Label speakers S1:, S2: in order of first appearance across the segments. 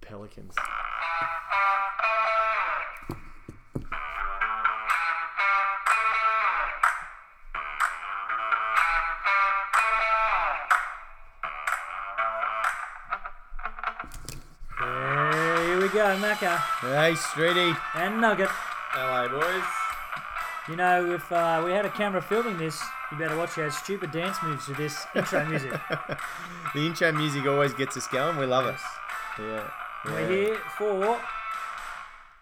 S1: pelicans.
S2: Here we go, Macca
S3: Hey, Streety.
S2: and Nugget.
S4: LA boys.
S2: You know, if uh, we had a camera filming this, you better watch our stupid dance moves to this intro music.
S3: The intro music always gets us going. We love it. Yeah.
S2: We're here for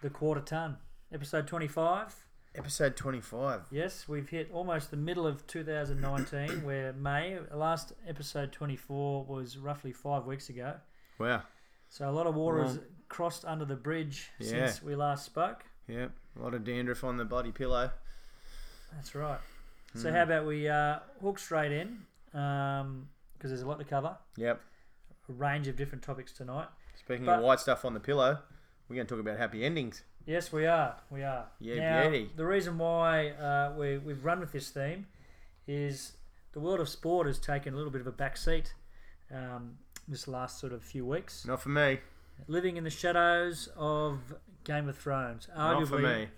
S2: the quarter ton, episode 25.
S3: Episode 25.
S2: Yes, we've hit almost the middle of 2019, where May, last episode 24 was roughly five weeks ago.
S3: Wow.
S2: So a lot of water has crossed under the bridge
S3: Yeah.
S2: since we last spoke.
S3: Yep. A lot of dandruff on the bloody pillow.
S2: That's right. So
S3: Hmm.
S2: how about we uh, hook straight in because there's a lot to cover,
S3: Yep.
S2: a range of different topics tonight.
S3: Speaking
S2: But-
S3: of white stuff on the pillow, we're going to talk about happy endings.
S2: Yes, we are. We are.
S3: Yeah,
S2: now,
S3: beauty.
S2: The reason why uh, we, we've run with this theme is the world of sport has taken a little bit of a back seat um, this last sort of few weeks.
S3: Not for me.
S2: Living in the shadows of Game of Thrones,
S3: Not for
S2: arguably
S3: me.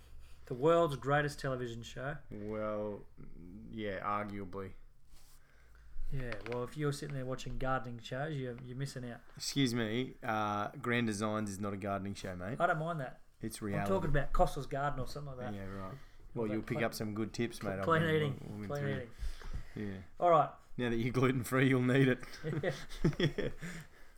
S2: the world's greatest television show.
S3: Well, yeah, arguably.
S2: Yeah, well, if you're sitting there watching gardening shows, you're, you're missing out.
S3: Excuse me. Uh, Grand Designs is not a gardening show, mate.
S2: I don't mind that.
S3: It's
S2: I'm
S3: reality.
S2: talking about Costa's Garden or something like that.
S3: yeah, right. Well,
S2: about
S3: you'll pick
S2: pla-
S3: up some good tips, mate. I
S2: Plain
S3: reckon,
S2: eating.
S3: when we
S2: Plain
S3: through.
S2: eating.
S3: Yeah.
S2: All right.
S3: Now that you're gluten free, you'll need it. yeah.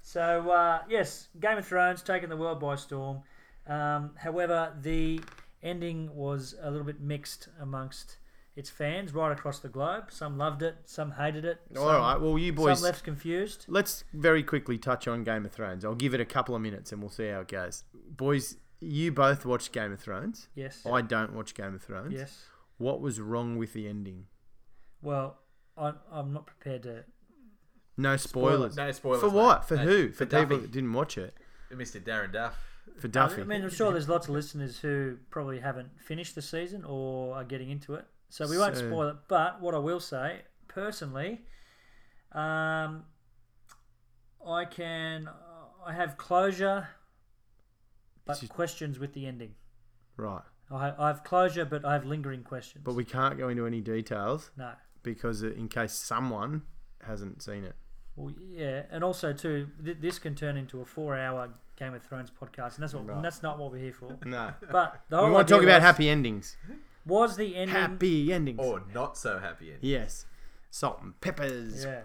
S2: So uh, yes, Game of Thrones taking the world by storm. Um, however, the ending was a little bit mixed amongst its fans right across the globe. Some loved it, some hated it.
S3: All right. Well, you boys.
S2: Some left confused.
S3: Let's very quickly touch on Game of Thrones. I'll give it a couple of minutes and we'll see how it goes. Boys, you both watched Game of Thrones.
S2: Yes.
S3: I don't watch Game of Thrones.
S2: Yes.
S3: What was wrong with the ending?
S2: Well, I, I'm not prepared to.
S3: No spoilers.
S4: No spoilers.
S3: For
S4: mate.
S3: what? For
S4: No,
S3: who? For, people
S4: Duffy.
S3: that didn't watch it.
S4: Mr. Darren Duff.
S3: For Duffy.
S2: I mean, I'm sure there's lots of listeners who probably haven't finished the season or are getting into it, so we won't
S3: So-
S2: spoil it. But what I will say, personally, um, I can I have closure, but
S3: Just-
S2: questions with the ending.
S3: right.
S2: I ha- I have closure, but I have lingering questions.
S3: But we can't go into any details
S2: no,
S3: because in case someone hasn't seen it.
S2: well, yeah, and also too, th- this can turn into a four-hour Game of Thrones podcast, and that's what
S3: Right.
S2: and that's not what we're here for.
S3: No.
S2: But the whole
S3: We want to
S2: idea
S3: talk about
S2: was,
S3: happy endings.
S2: Was the ending
S3: Happy endings.
S4: Or not so happy ending.
S3: Yes. Salt and peppers.
S2: Yeah.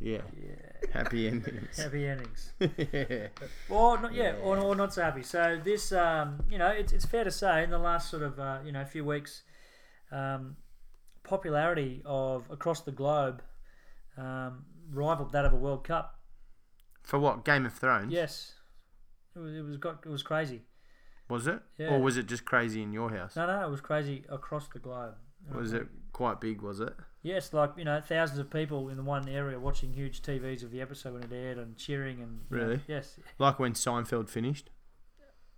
S3: Yeah. Happy endings.
S2: Happy endings.
S3: yeah.
S2: Or not, yeah, Or, or not so happy. So this, um, you know, it's, it's fair to say in the last sort of uh, you know few weeks, um, popularity of across the globe um, rivaled that of a World Cup.
S3: For what? Game of Thrones?
S2: Yes, it was, it was got it was crazy.
S3: Was it?
S2: Yeah.
S3: Or was it just crazy in your house?
S2: No, no, it was crazy across the globe.
S3: Was it quite big, was it?
S2: Yes, like you know, thousands of people in the one area watching huge TVs of the episode when it aired and cheering and you know,
S3: Really?
S2: yes,
S3: Like when Seinfeld finished?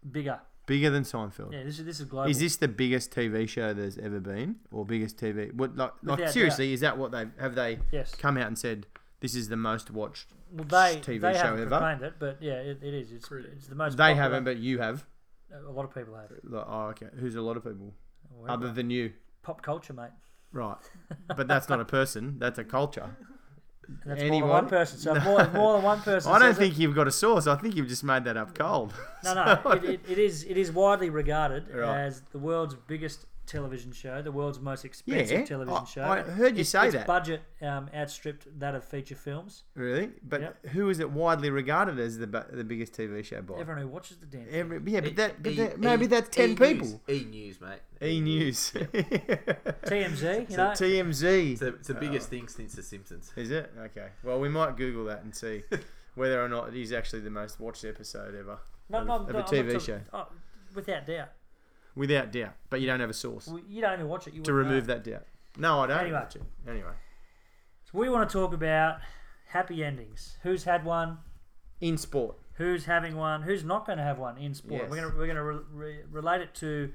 S2: bigger.
S3: Bigger than Seinfeld.
S2: Yeah, this is this is global.
S3: Is this the biggest TV show there's ever been, or biggest TV? What like, like
S2: Without
S3: seriously? Is that what they have they
S2: yes?
S3: come out and said this is the most watched?
S2: Well, they
S3: TV
S2: they
S3: show
S2: haven't
S3: ever.
S2: proclaimed it, but yeah, it, it is. It's it's the most.
S3: They
S2: popular-
S3: haven't, but you have.
S2: a lot of people have.
S3: Like, oh, okay. Who's a lot of people
S2: Whatever.
S3: other than you?
S2: Pop culture, mate.
S3: Right, but that's not a person. That's a culture.
S2: And That's
S3: Anyone?
S2: more than one person. So if more, if more than one person.
S3: I don't
S2: says it-
S3: think you've got a source. I think you've just made that up cold.
S2: no, no. It, it, it is it is widely regarded
S3: Right.
S2: as the world's biggest television show, the world's most expensive
S3: Yeah,
S2: television
S3: I-
S2: show.
S3: I heard you
S2: Its-
S3: say
S2: its
S3: that.
S2: budget um, outstripped that of feature films.
S3: Really? But
S2: Yep.
S3: who is it widely regarded as the bu- the biggest TV show by?
S2: Everyone who watches the dance.
S3: Every, yeah,
S4: E-
S3: but that, but
S4: E-
S3: that
S4: E-
S3: maybe that's ten
S4: E News.
S3: people.
S4: E News, mate.
S3: E News.
S2: TMZ, you
S3: So
S2: know.
S3: TMZ.
S4: It's, the it's the biggest
S3: Oh.
S4: thing since The Simpsons.
S3: is it? Okay. Well, we might Google that and see whether or not it is actually the most watched episode ever.
S2: no,
S3: of-
S2: no,
S3: of a
S2: no, I'm not
S3: TV
S2: talking-
S3: show.
S2: Oh, without doubt,
S3: Without doubt. But you don't have a source
S2: Well, you don't even watch it. You
S3: to
S2: wouldn't know.
S3: remove that doubt. No, I don't.
S2: Anyway.
S3: watch it. Anyway.
S2: So we want to talk about happy endings. Who's had one?
S3: In sport.
S2: Who's having one? Who's not going to have one in sport? We're
S3: Yes.
S2: going to we're going to re- re- relate it to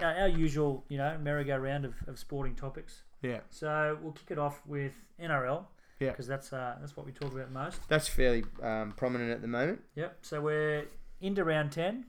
S2: our, our usual, you know, merry-go-round of, of sporting topics.
S3: Yeah.
S2: So we'll kick it off with NRL.
S3: Yeah.
S2: because that's uh, that's what we talk about most.
S3: That's fairly um, prominent at the moment.
S2: Yep. So we're into round ten,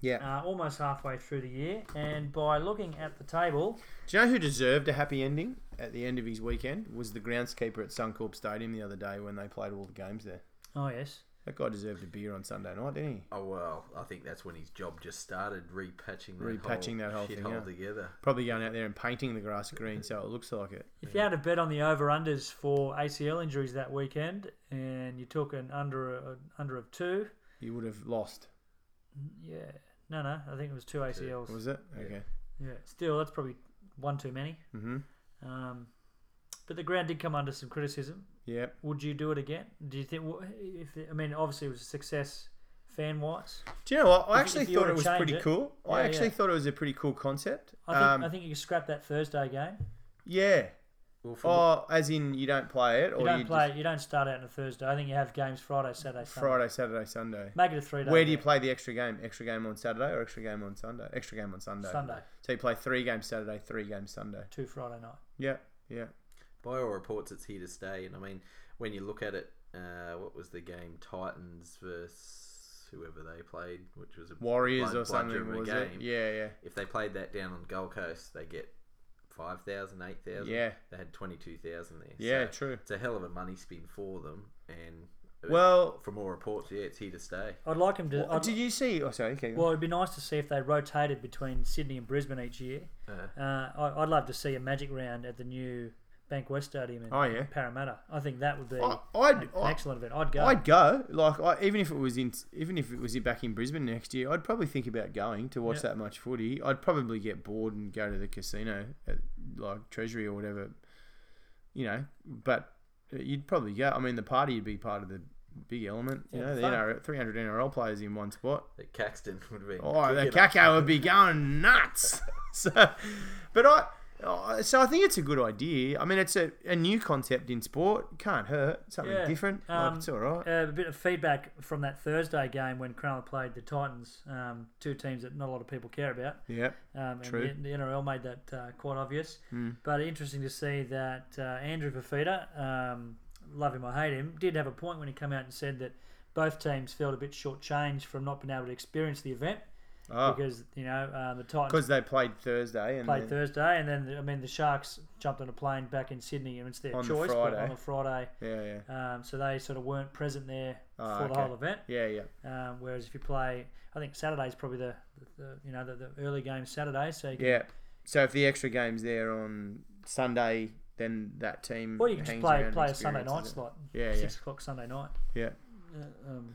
S3: Yeah.
S2: uh, almost halfway through the year, and by looking at the table,
S3: Do you know who deserved a happy ending at the end of his weekend? Was the groundskeeper at Suncorp Stadium the other day when they played all the games there.
S2: oh yes,
S3: That guy deserved a beer on Sunday night, didn't he?
S4: Oh well, I think that's when his job just started repatching that
S3: Repatching
S4: whole
S3: that whole
S4: shit
S3: thing
S4: hole
S3: up.
S4: together.
S3: Probably going out there and painting the grass green so it looks like it.
S2: If you had a bet on the over unders for ACL injuries that weekend, and you took an under an under of two,
S3: You would have lost,
S2: yeah, no, no, I think it was two ACLs.
S3: was it? Okay.
S2: Yeah, still that's probably one too many.
S3: Mm-hmm.
S2: Um, but the ground did come under some criticism.
S3: Yep.
S2: Would you do it again? Do you think? wh- If I mean, obviously it was a success fan wise.
S3: Do you know what? I
S2: If-
S3: actually
S2: if you
S3: thought
S2: were to
S3: it was
S2: change
S3: pretty
S2: it-
S3: cool. I
S2: Yeah,
S3: actually
S2: yeah.
S3: thought it was a pretty cool concept.
S2: I think
S3: Um,
S2: I think you can scrap that Thursday game.
S3: yeah.
S4: Well, from
S3: Oh, as in you don't play it, or
S2: You don't
S3: you
S2: play.
S3: just
S2: You don't start out on a Thursday. I think you have games Friday, Saturday, Sunday.
S3: Friday, Saturday, Sunday.
S2: Make it a three day.
S3: Where do you play the extra game? Extra game on Saturday or extra game on Sunday? Extra game on Sunday.
S2: Sunday,
S3: So you play three games Saturday, three games Sunday.
S2: two Friday night.
S3: Yeah, yeah.
S4: by all reports, it's here to stay. And I mean, when you look at it, uh, what was the game? Titans versus whoever they played, which was a
S3: Warriors
S4: blood-
S3: or something
S4: bludgeon of a
S3: was it? Yeah, yeah.
S4: If they played that down on Gold Coast, they get 5,000, 8,000.
S3: Yeah.
S4: They had 22,000 there.
S3: Yeah,
S4: So
S3: true.
S4: It's a hell of a money spin for them. And
S3: Well,
S4: from all reports, yeah, it's here to stay.
S2: I'd like him to. I'd,
S3: did you see? Oh, sorry. Okay.
S2: Well, it'd be nice to see if they rotated between Sydney and Brisbane each year.
S4: Uh,
S2: Uh, I, I'd love to see a magic round at the new Bankwest Stadium in
S3: Oh, yeah.
S2: Parramatta. I think that would be
S3: I,
S2: an,
S3: I'd,
S2: an
S3: I,
S2: excellent event. I'd go.
S3: I'd go. Like, I, even if it was in, even if it was back in Brisbane next year, I'd probably think about going to watch
S2: Yeah.
S3: that much footy. I'd probably get bored and go to the casino at like Treasury or whatever, you know. But you'd probably go. I mean, the party would be part of the big element. You
S2: Yeah,
S3: know,
S2: the
S3: the
S2: fun.
S3: NRL, 300 NRL players in one spot.
S4: that Caxton would be.
S3: Oh, the
S4: kicking it.
S3: Kako would be going nuts. so, but I, oh, so I think it's a good idea. I mean, it's a, a new concept in sport. Can't hurt. Something
S2: Yeah,
S3: different. Like,
S2: um,
S3: it's all right.
S2: Uh, a bit of feedback from that Thursday game when Cronulla played the Titans, um, two teams that not a lot of people care about.
S3: yeah.
S2: Um, and
S3: True. Hmm.
S2: The, the NRL made that uh, quite obvious. But interesting to see that uh, Andrew Fafita, um, love him or hate him, did have a point when he came out and said that both teams felt a bit shortchanged from not being able to experience the event
S3: Oh,
S2: because you know uh, the Titans
S3: because they played Thursday and
S2: played
S3: then-
S2: Thursday, and then I mean the Sharks jumped on a plane back in Sydney, and it's their
S3: On the
S2: choice but
S3: Friday.
S2: on the Friday,
S3: Yeah, yeah,
S2: um, so they sort of weren't present there
S3: Oh,
S2: for the
S3: okay.
S2: whole event.
S3: yeah, yeah.
S2: Um, whereas if you play, I think Saturday's probably the, the you know the, the early game Saturday, so you can,
S3: Yeah. So if the extra game's there on Sunday, then that team.
S2: or you can just
S3: hangs
S2: play
S3: around
S2: play a
S3: and
S2: Sunday night
S3: experiences it.
S2: slot,
S3: Yeah, yeah,
S2: six o'clock Sunday night.
S3: yeah.
S2: Uh, um,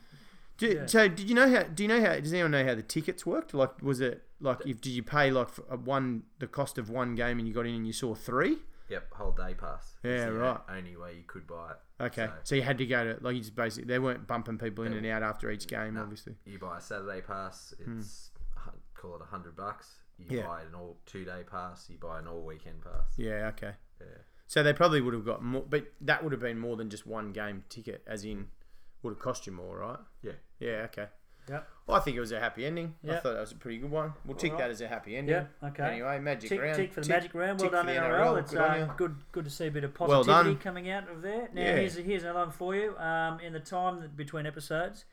S3: Do,
S2: Yeah.
S3: So, did you know how? Do you know how? Does anyone know how the tickets worked? Like, was it like if did you pay like for a one the cost of one game and you got in and you saw three?
S4: Yep, whole day pass. It's
S3: Yeah,
S4: the
S3: right.
S4: Only way you could buy it.
S3: Okay, so,
S4: So-
S3: you had to go to like you just basically they weren't bumping people in and out after each game,
S4: No.
S3: obviously. Hmm.
S4: You buy a Saturday pass, it's a hun- call it a hundred bucks. You
S3: Yeah.
S4: buy an all two day pass, you buy an all weekend pass.
S3: Yeah, okay.
S4: Yeah.
S3: So they probably would have got more, but that would have been more than just one game ticket, as in would have cost you more, right?
S4: Yeah.
S3: Yeah, okay.
S2: Yep.
S3: Well, I think it was a happy ending. I
S2: Yep.
S3: thought that was a pretty good one. We'll tick that as a happy ending.
S2: yeah, okay.
S3: Anyway, magic
S2: Tick,
S3: round.
S2: tick for the magic round. Well
S3: tick for
S2: done,
S3: the
S2: NRL.
S3: NRL.
S2: It's
S3: Good on
S2: uh,
S3: you.
S2: good, good to see a bit of
S3: Well
S2: positivity
S3: done.
S2: coming out of there. Now,
S3: Yeah.
S2: here's, here's another one for you. Um, in the time that between episodes,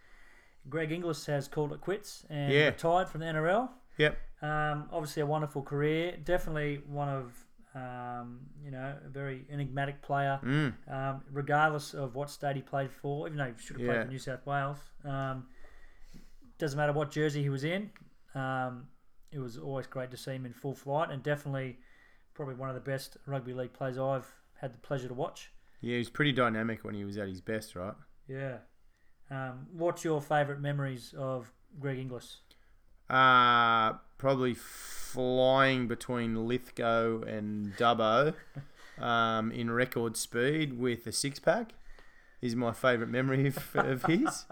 S2: Greg Inglis has called it quits and
S3: Yeah.
S2: retired from the NRL.
S3: Yep.
S2: Um, obviously, a wonderful career. Definitely one of um, you know a very enigmatic player,
S3: Mm.
S2: um, regardless of what state he played for. Even though he should have played
S3: Yeah.
S2: for New South Wales, um, doesn't matter what jersey he was in. Um, it was always great to see him in full flight, and definitely probably one of the best rugby league players I've had the pleasure to watch.
S3: Yeah, he was pretty dynamic when he was at his best, right?
S2: Yeah. Um, what's your favourite memories of Greg Inglis?
S3: Uh, probably flying between Lithgow and Dubbo um, in record speed with a six pack is my favourite memory of, of his.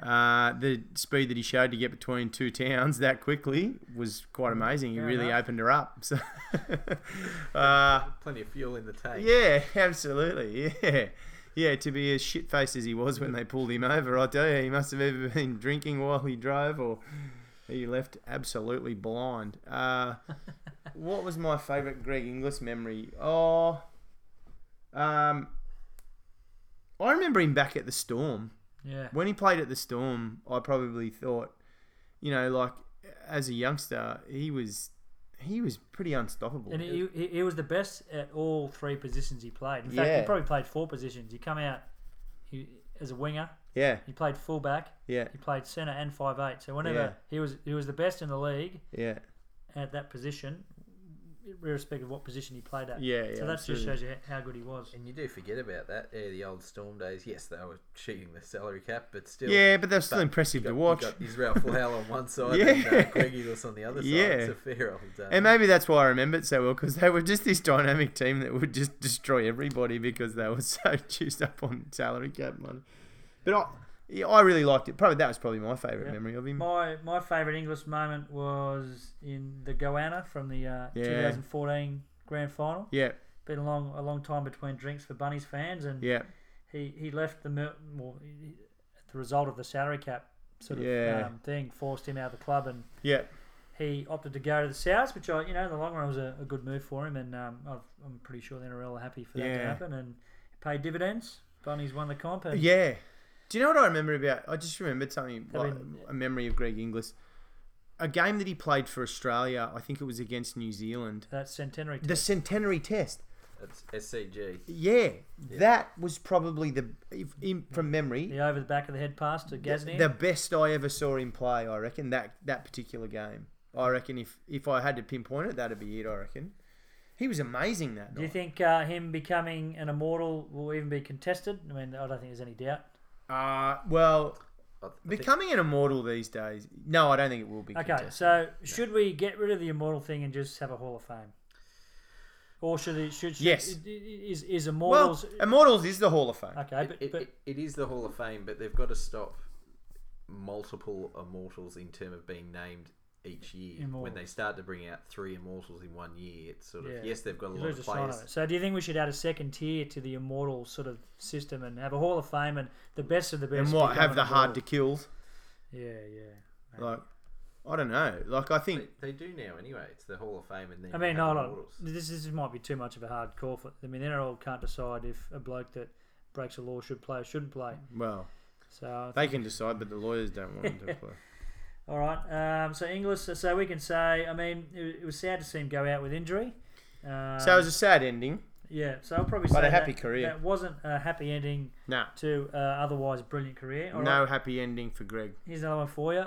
S3: Uh, the speed that he showed to get between two towns that quickly was quite amazing. He
S2: Mm, Fair
S3: really
S2: enough.
S3: opened her up. So, uh,
S4: Plenty of fuel in the tank.
S3: yeah, absolutely. Yeah. Yeah, to be as shit faced as he was when they pulled him over, I tell you, he must have either been drinking while he drove or he left absolutely blind. Uh, what was my favourite Greg Inglis memory? Oh, um, I remember him back at the Storm.
S2: Yeah.
S3: When he played at the Storm, I probably thought, you know, like as a youngster, he was he was pretty unstoppable.
S2: And he, he, he was the best at all three positions he played. In fact,
S3: Yeah.
S2: he probably played four positions. He come out he, as a winger.
S3: yeah,
S2: He played fullback.
S3: yeah,
S2: He played centre and five eight. So whenever
S3: Yeah.
S2: he was he was the best in the league
S3: yeah,
S2: at that position, irrespective of what position he played at.
S3: Yeah, yeah,
S2: So that
S3: absolutely.
S2: just shows you h- how good he was.
S4: And you do forget about that. Yeah, the old Storm days. Yes, they were cheating the salary cap, but still.
S3: yeah. But they were still
S4: but
S3: impressive
S4: you
S3: to
S4: got-
S3: watch.
S4: You got uh, Israel Flowell on one side
S3: Yeah.
S4: and uh, Greg Eagles on the other side.
S3: Yeah.
S4: It's a fair old uh, day.
S3: And maybe that's why I remember it so well because they were just this dynamic team that would just destroy everybody because they were so juiced up on salary cap money. But I, yeah, I really liked it. Probably that was probably my favourite
S2: Yeah.
S3: memory of him.
S2: My my favourite English moment was in the Goanna from the uh,
S3: Yeah.
S2: 2014 Grand Final.
S3: Yeah,
S2: Been a long a long time between drinks for Bunny's fans, and
S3: yeah,
S2: he, he left the mil- well, he- he- the result of the salary cap sort of
S3: Yeah.
S2: um, thing forced him out of the club, and
S3: yeah,
S2: he opted to go to the Souths, which I you know in the long run was a, a good move for him, and um, I've, I'm pretty sure the NRL are happy for that to
S3: Yeah.
S2: happen and it paid dividends. Bunny's won the comp, and
S3: yeah. Do you know what I remember about? I just remembered something,
S2: I
S3: like,
S2: mean-
S3: a memory of Greg Inglis. A game that he played for Australia, I think it was against New Zealand.
S2: that centenary.
S3: The centenary test.
S4: That's SCG.
S3: Yeah, that was probably the, if, in, from memory,
S2: the over the back of the head pass to Gasnier.
S3: The best I ever saw him play, I reckon that that particular game. I reckon if if I had to pinpoint it, that'd be it. I reckon he was amazing that
S2: Do you
S3: night.
S2: think uh, him becoming an immortal will even be contested? I mean, I don't think there's any doubt.
S3: Uh, well,
S4: I th- I think-
S3: becoming an immortal these days. No, I don't think it will be.
S2: Okay,
S3: contested.
S2: so should we get rid of the immortal thing and just have a Hall of Fame? Or should it, should, should
S3: Yes.
S2: i- i- is is
S3: well,
S2: immortals
S3: immortals is the Hall of Fame.
S2: okay?
S4: it,
S2: But,
S4: it,
S2: but
S4: it- it is the Hall of Fame, but they've got to stop multiple immortals in term of being named each year. When
S2: Immortals.
S4: they start to bring out three immortals in one year, it's sort of
S2: Yeah.
S4: yes, they've got a
S2: you
S4: lot
S2: lose
S4: of
S2: the shine of
S4: players.
S2: it. So do you think we should add a second tier to the immortal sort of system and have a Hall of Fame and the best of the best?
S3: and what
S2: become
S3: have
S2: an
S3: the hard to
S2: immortal?
S3: kills?
S2: Yeah, yeah.
S3: Like, I don't know. Like, I think
S4: They, they do now anyway. It's the Hall of Fame, and then
S2: I
S4: you
S2: mean,
S4: have
S2: hold on.
S4: immortals.
S2: This, this might be too much of a hard call for. I mean, the NRL can't decide if a bloke that breaks a law should play or shouldn't play.
S3: well,
S2: So I
S3: they can decide, but the lawyers don't want them to play.
S2: All right. Um, so Inglis. So we can say. I mean, it, it was sad to see him go out with injury. Um,
S3: So it was a sad ending.
S2: yeah. So I'll probably
S3: but
S2: say
S3: a happy
S2: that,
S3: career.
S2: That wasn't a happy ending
S3: Nah,
S2: to uh, otherwise brilliant career. All right.
S3: no happy ending for Greg.
S2: Here's another one for you.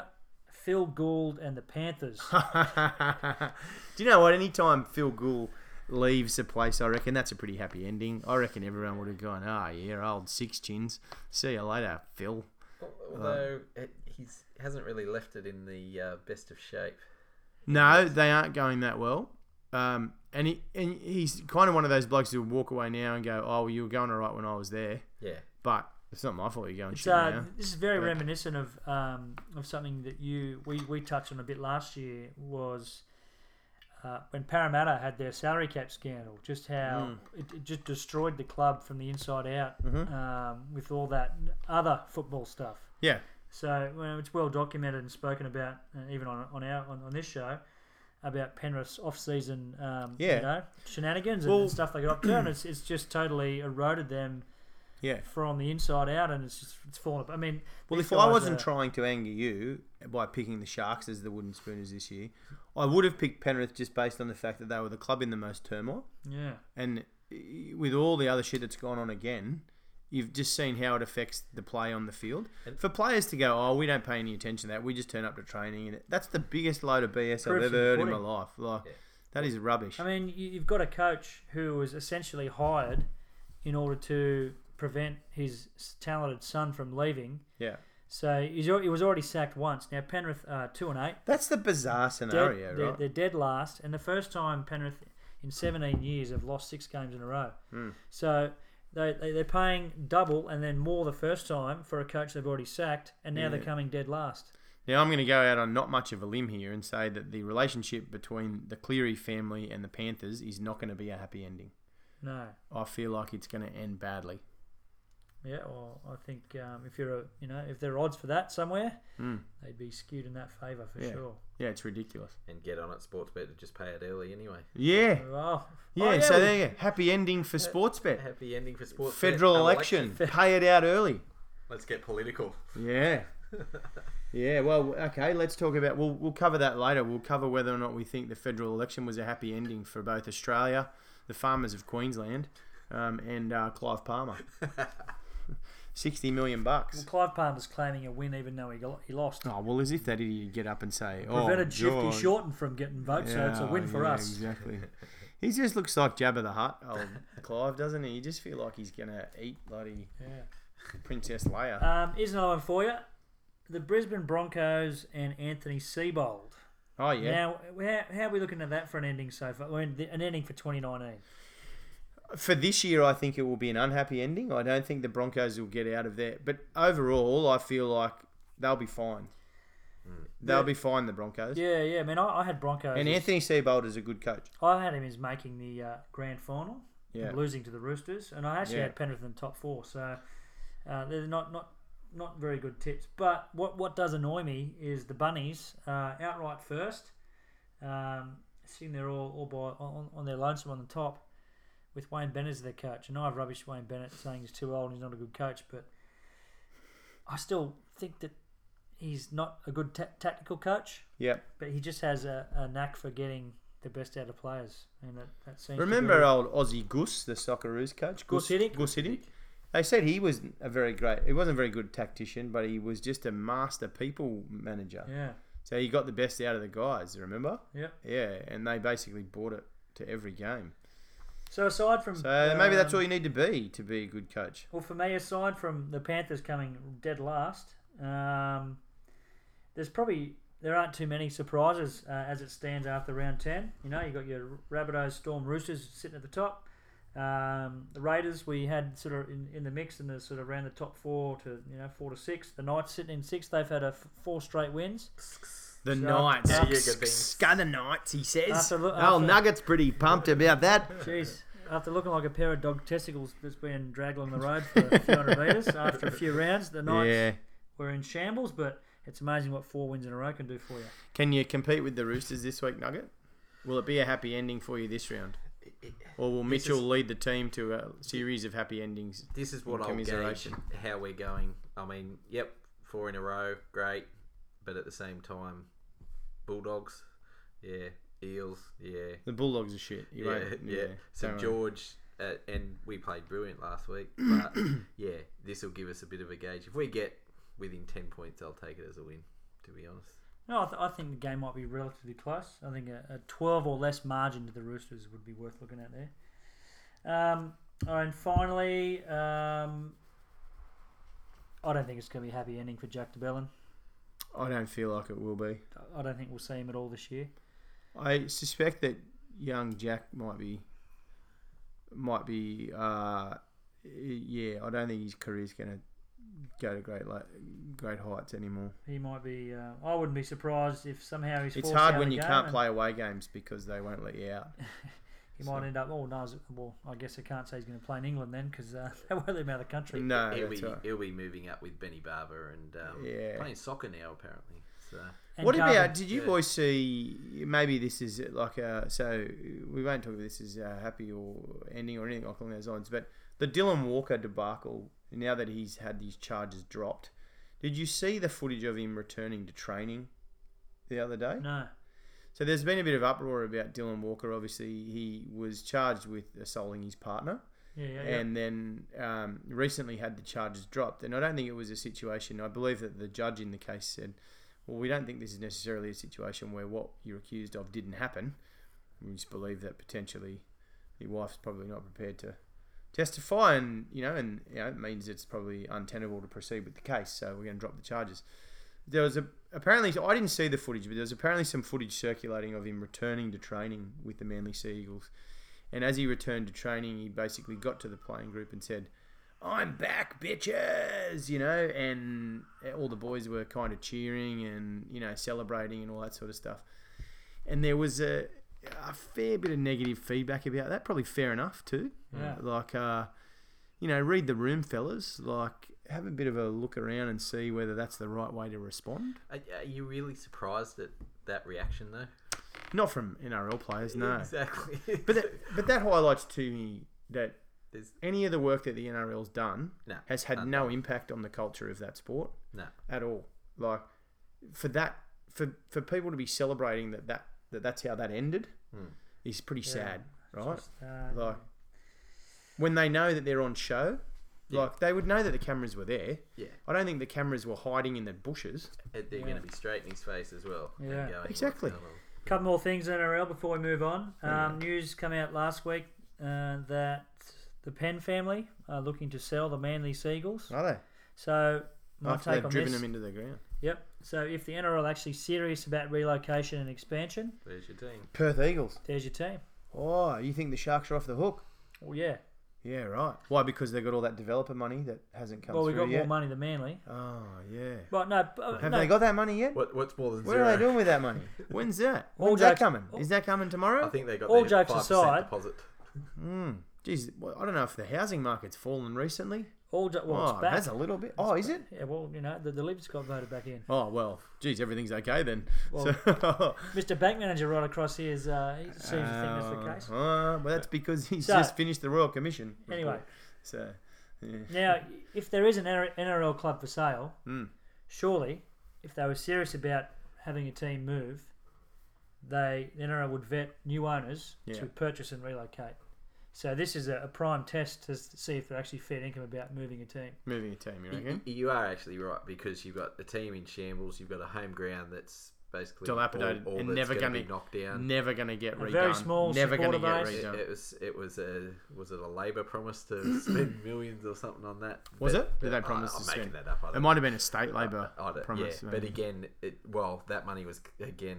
S2: Phil Gould and the Panthers.
S3: Do you know what? Anytime Phil Gould leaves a place, I reckon that's a pretty happy ending. I reckon everyone would have gone, ah, yeah, old six chins. See you later, Phil.
S4: Al- Although it, he's hasn't really left it in the uh, best of shape.
S3: No, they aren't going that well. Um, and, he, and he's kind of one of those blokes who walk away now and go, oh, well, you were going all right when I was there,
S4: Yeah.
S3: but it's not my fault you're going
S2: It's,
S3: shit
S2: uh,
S3: now.
S2: this is very
S3: Yeah.
S2: reminiscent of um, of something that you we, we touched on a bit last year was uh, when Parramatta had their salary cap scandal. Just how it, it just destroyed the club from the inside out um, with all that other football stuff.
S3: Yeah,
S2: So well, it's well documented and spoken about, uh, even on on our on, on this show, about Penrith's off season um,
S3: Yeah.
S2: you know, shenanigans and,
S3: Well-
S2: and stuff they got up to, and it's it's just totally eroded them
S3: yeah.
S2: from the inside out, and it's just it's fallen. Up. I mean,
S3: Well,
S2: these
S3: if I
S2: guys
S3: wasn't
S2: are-
S3: trying to anger you by picking the Sharks as the wooden spooners this year, I would have picked Penrith just based on the fact that they were the club in the most turmoil.
S2: yeah,
S3: and with all the other shit that's gone on again, you've just seen how it affects the play on the field. For players to go, oh, we don't pay any attention to that. We just turn up to training, and that's the biggest load of BS I've
S2: Proof's in
S3: ever
S2: the
S3: heard in my
S2: pudding.
S3: life. Like that is rubbish.
S2: I mean, you, you've got a coach who was essentially hired in order to prevent his s- talented son from leaving.
S3: yeah,
S2: So he's, al- he was already sacked once. Now Penrith are two and eight.
S3: that's the bizarre
S2: Dead,
S3: scenario,
S2: they're,
S3: right?
S2: they're dead last, and the first time Penrith in 17 years have lost six games in a row.
S3: Hmm.
S2: So they, they, they're paying double and then more the first time for a coach they've already sacked, and now they're coming dead last.
S3: Now I'm going to go out on not much of a limb here and say that the relationship between the Cleary family and the Panthers is not going to be a happy ending.
S2: No.
S3: I feel like it's going to end badly.
S2: Yeah, well, I think um, if you're a, you know, if there are odds for that somewhere, they'd be skewed in that favour for
S3: Hmm. Yeah.
S2: sure.
S3: Yeah, it's ridiculous.
S4: and get on it. Sportsbet to just pay it early anyway.
S3: Yeah,
S2: Oh,
S3: yeah.
S2: oh,
S3: so
S2: we- Uh,
S3: there you go. Happy ending for Sportsbet.
S4: Happy ending for sports.
S3: Federal election. Pay it out early.
S4: Let's get political.
S3: Yeah. Yeah, well, okay, let's talk about. We'll, we'll cover that later. We'll cover whether or not we think the federal election was a happy ending for both Australia, the farmers of Queensland, um, and uh, Clive Palmer. 60 million bucks.
S2: Clive Palmer's claiming a win even though he, got, he lost.
S3: Oh, well, as if that idiot get up and say, oh,
S2: Prevented Shifty
S3: God.
S2: Shorten from getting votes, so it's a
S3: Yeah,
S2: win for
S3: yeah,
S2: us.
S3: Exactly. he just looks like Jabba the Hutt, old Clive, doesn't he? You just feel like he's going to eat bloody Princess Leia.
S2: Um, here's another one for you. The Brisbane Broncos and Anthony Seabold.
S3: oh, yeah.
S2: Now, how, how are we looking at that for an ending so far? I mean, the- an ending for 2019.
S3: for this year, I think it will be an unhappy ending. I don't think the Broncos will get out of there. But overall, I feel like they'll be fine. They'll
S2: Mm. Yeah.
S3: be fine, the Broncos.
S2: Yeah, yeah. I mean, I, I had Broncos.
S3: And
S2: as-
S3: Anthony Seabold is a good coach.
S2: I had him as making the uh, grand final,
S3: Yeah.
S2: losing to the Roosters, and I actually
S3: Yeah.
S2: had Penrith in the top four. So uh, they're not not not very good tips. But what what does annoy me is the bunnies uh, outright first. Um, seeing they're all all by, on, on their lonesome on the top, with Wayne Bennett as their coach. And I've rubbished Wayne Bennett saying he's too old and he's not a good coach, but I still think that he's not a good ta- tactical coach
S3: Yep.
S2: but he just has a, a knack for getting the best out of players, and that, that seems.
S3: Remember
S2: to
S3: old Aussie Goose, the Socceroos coach?
S2: Goose Hiddink?
S3: Goose Hiddink. They said he was a very great, he wasn't a very good tactician, but he was just a master people manager.
S2: be, yeah,
S3: So he got the best out of the guys, remember?
S2: yep.
S3: Yeah, and they basically bought it to every game.
S2: So aside from,
S3: So maybe that's all
S2: um,
S3: you need to be to be a good coach.
S2: Well, for me, aside from the Panthers coming dead last, um, there's probably there aren't too many surprises uh, as it stands after round ten. You know, you got your Rabbitohs, Storm, Roosters sitting at the top. Um, the Raiders we had sort of in, in the mix and the sort of around the top four to you know four to six. The Knights sitting in sixth. They've had a f- four straight wins.
S3: The
S2: So-
S3: Knights.
S2: Yeah,
S4: you could think.
S3: Scudder Knights, he says.
S2: After lo-
S3: oh,
S2: after-
S3: Nugget's pretty pumped about that.
S2: Jeez, after looking like a pair of dog testicles that's been dragged along the road for a few hundred metres, after a few rounds, the Knights
S3: Yeah.
S2: were in shambles, but it's amazing what four wins in a row can do for you.
S3: Can you compete with the Roosters this week, Nugget? Will it be a happy ending for you this round? Or will
S4: This
S3: Mitchell
S4: is-
S3: lead the team to a series of happy endings?
S4: This is what I'll gauge
S3: Commiseration.
S4: how we're going. I mean, yep, four in a row, great, but at the same time, Bulldogs, yeah, Eels, yeah,
S3: The Bulldogs are shit. You
S4: yeah,
S3: won't-
S4: yeah.
S3: don't
S4: St
S3: worry.
S4: George, uh, and we played brilliant last week, but yeah, this will give us a bit of a gauge. If we get within ten points, I'll take it as a win. To be honest,
S2: No, I, th- I think the game might be relatively close. I think a, a 12 or less margin to the Roosters would be worth looking at there. Um, and finally, um, I don't think it's going to be a happy ending for Jack DeBellin.
S3: I don't feel like it will be.
S2: I- I don't think we'll see him at all this year.
S3: I suspect that young Jack might be, might be. Uh, yeah, I don't think his career's going to go to great, la- great heights anymore.
S2: He might be. Uh, I wouldn't be surprised if somehow he's.
S3: It's
S2: forced out
S3: hard
S2: of
S3: when
S2: the
S3: you
S2: game
S3: can't
S2: and-
S3: play away games because they won't let you out.
S2: He might end up. Oh no! is it- Well, I guess I can't say he's going to play in England then, because uh, they won't let him out of the country.
S3: No,
S4: he'll
S3: Oh, that's
S4: be
S3: right.
S4: he'll be moving up with Benny Barber and um,
S3: Yeah.
S4: playing soccer now apparently. So
S2: And
S3: What
S2: Carlton-
S3: about? uh, Did you
S4: yeah.
S3: boys see? Maybe this is uh, like a. So we won't talk about this as a happy or ending or anything like along those lines. But the Dylan Walker debacle. Now that he's had these charges dropped, did you see the footage of him returning to training the other day?
S2: No.
S3: So there's been a bit of uproar about Dylan Walker. Obviously, he was charged with assaulting his partner.
S2: Yeah, yeah, yeah.
S3: and then um, recently had the charges dropped. And I don't think it was a situation. I believe that the judge in the case said, "Well, we don't think this is necessarily a situation where what you're accused of didn't happen. We just believe that potentially your wife's probably not prepared to testify, and you know, and you know, it means it's probably untenable to proceed with the case. So we're going to drop the charges." There was a apparently I didn't see the footage, but there was apparently some footage circulating of him returning to training with the Manly Sea Eagles. And as he returned to training, he basically got to the playing group and said, I'm back, bitches, you know, and all the boys were kind of cheering and, you know, celebrating and all that sort of stuff. And there was a, a fair bit of negative feedback about that, probably fair enough, too.
S2: Yeah.
S3: Like, uh, you know, read the room, fellas. Like, have a bit of a look around and see whether that's the right way to respond.
S4: Are, are you really surprised at that reaction though.
S3: Not from NRL players, no.
S4: Exactly.
S3: But that, but that highlights to me that
S4: There's-
S3: any of the work that the NRL's done
S4: No,
S3: has had
S4: none.
S3: no impact on the culture of that sport
S4: no.
S3: at all. Like for that, for for people to be celebrating that that, that that's how that ended is pretty sad, right?
S2: Uh,
S3: like when they know that they're on show,
S4: Yeah.
S3: like they would know that the cameras were there.
S4: Yeah.
S3: I don't think the cameras were hiding in the bushes.
S4: And they're going to be straight in his face as well. and
S2: Yeah.
S4: going,
S3: Exactly.
S4: "What's going on?"
S2: couple more things NRL before we move on. Um, News come out last week uh, that the Penn family are looking to sell the Manly Seagulls.
S3: Are they?
S2: So my
S3: After
S2: take
S3: they've
S2: on
S3: driven
S2: this.
S3: them into the ground.
S2: Yep. So if the NRL actually serious about relocation and expansion,
S4: There's your team.
S3: Perth Eagles.
S2: there's your team.
S3: Oh, you think the Sharks are off the hook?
S2: Well, yeah.
S3: Yeah, right. Why? Because they got all that developer money that hasn't come
S2: well, we
S3: through
S2: got
S3: yet.
S2: more money than Manly.
S3: Oh, yeah.
S2: But no, b- uh,
S3: Have
S2: no
S3: they got that money yet?
S4: What, what's more than
S3: What
S4: zero?
S3: are they doing with that money? When's that?
S2: All
S3: When's that
S2: jokes-
S3: coming? Is that coming
S4: I
S3: tomorrow?
S4: think they got
S2: All
S4: their
S2: jokes
S4: 5%
S2: aside-
S4: deposit.
S3: Mm. Jeez, well, I don't know if the housing market's fallen recently.
S2: all ju- well,
S3: oh,
S2: it's back.
S3: that's a little bit. Oh, is it?
S2: yeah, well, you know, the, the Libs got voted back in.
S3: Oh well, geez, everything's okay then.
S2: Well-
S3: so,
S2: Mr. Bank Manager right across here is, uh, he seems to think
S3: Uh,
S2: that's the case.
S3: uh, well, that's because he's
S2: So-
S3: just finished the Royal Commission. report.
S2: Anyway,
S3: so yeah.
S2: now, if there is an NRL club for sale,
S3: Mm.
S2: surely, if they were serious about having a team move, they the NRL would vet new owners
S3: Yeah.
S2: to purchase and relocate. So this is a, a prime test to s- see if they're actually fair income about moving a team.
S3: moving a team, you
S4: Y-
S3: reckon?
S4: y- You are actually right because you've got a team in shambles. You've got a home ground that's basically
S3: Dilapidated
S4: all, all
S3: and
S4: that's
S3: never
S4: gonna
S3: gonna-
S4: be knocked down.
S3: Never gonna get
S2: A
S3: redone.
S2: very small
S3: Never gonna
S2: supporter
S3: get
S2: base.
S4: It,
S3: redone.
S4: it was it was a was it a Labor promise to spend millions or something on that?
S3: Was
S4: But-
S3: it? Did they
S4: but I-
S3: promise to
S4: I'm making
S3: spend?
S4: that up. I
S3: It
S4: don't
S3: might have been a state labour
S4: I don't-
S3: promise. uh,
S4: Yeah, but
S3: maybe.
S4: again, it well that money was again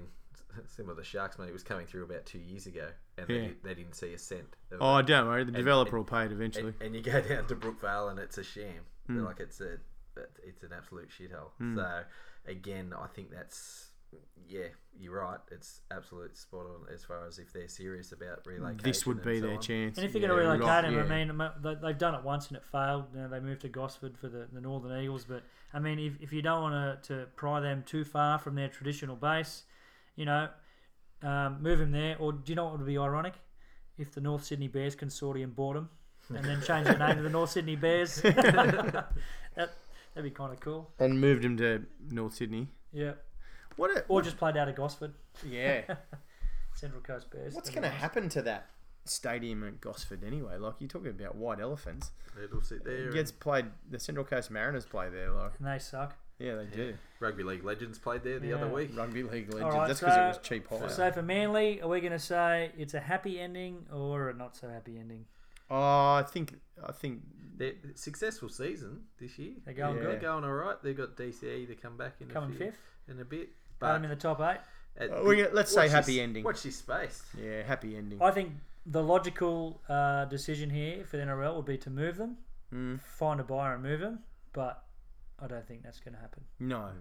S4: similar to Sharks money it was coming through about two years ago, and
S3: Yeah.
S4: they, they didn't see a cent. Of
S3: oh, don't worry. The developer
S4: and-
S3: will pay it
S4: it.
S3: eventually.
S4: and, and you go down to Brookvale and it's a sham.
S3: Hmm.
S4: Like it's a it's an absolute shithole. So again, I think that's yeah, you're right. It's absolute spot on as far as if they're serious about relocation.
S3: this would
S4: and
S3: be
S4: so
S3: their
S4: on.
S3: chance.
S2: And if they're going
S3: Yeah,
S2: to relocate
S3: right,
S2: him,
S3: yeah.
S2: I mean, mo- they- they've done it once and it failed. You know, they moved to Gosford for the, the Northern Eagles. But, I mean, if, if you don't want to, to pry them too far from their traditional base, you know, um, move him there. Or do you know what would be ironic? If the North Sydney Bears Consortium bought him and then changed the name to the North Sydney Bears. that, that'd be kind of cool.
S3: and moved him to North Sydney.
S2: Yeah.
S3: What? A,
S2: Or just played out of Gosford,
S3: yeah.
S2: Central Coast Bears.
S3: What's going
S2: That'd be
S3: to
S2: nice.
S3: happen to that stadium at Gosford anyway? Like you're talking about white elephants.
S4: It'll sit there.
S3: It gets
S4: and
S3: played. The Central Coast Mariners play there. Like
S2: And they suck.
S3: yeah, they do.
S4: rugby league legends played there the other
S2: Yeah.
S4: week.
S3: Rugby league legends.
S2: All right,
S3: That's because
S2: so-
S3: it was cheap hire.
S2: So for Manly, are we going to say it's a happy ending or a not so happy ending?
S3: oh, I think I think
S4: Their successful season this year.
S2: They're going
S4: They're
S3: good.
S4: going all right. They've got DCE to come back in
S2: Coming
S4: a few,
S2: fifth.
S4: in a bit.
S2: Put
S4: But
S2: them in the top eight.
S4: at-
S3: Uh, we- let's say
S4: watch
S3: happy
S4: this-
S3: ending.
S4: Watch this space.
S3: yeah, happy ending.
S2: I think the logical uh, decision here for the NRL would be to move them,
S3: Mm.
S2: find a buyer and move them, but I don't think that's going to happen.
S3: No,
S2: Um, all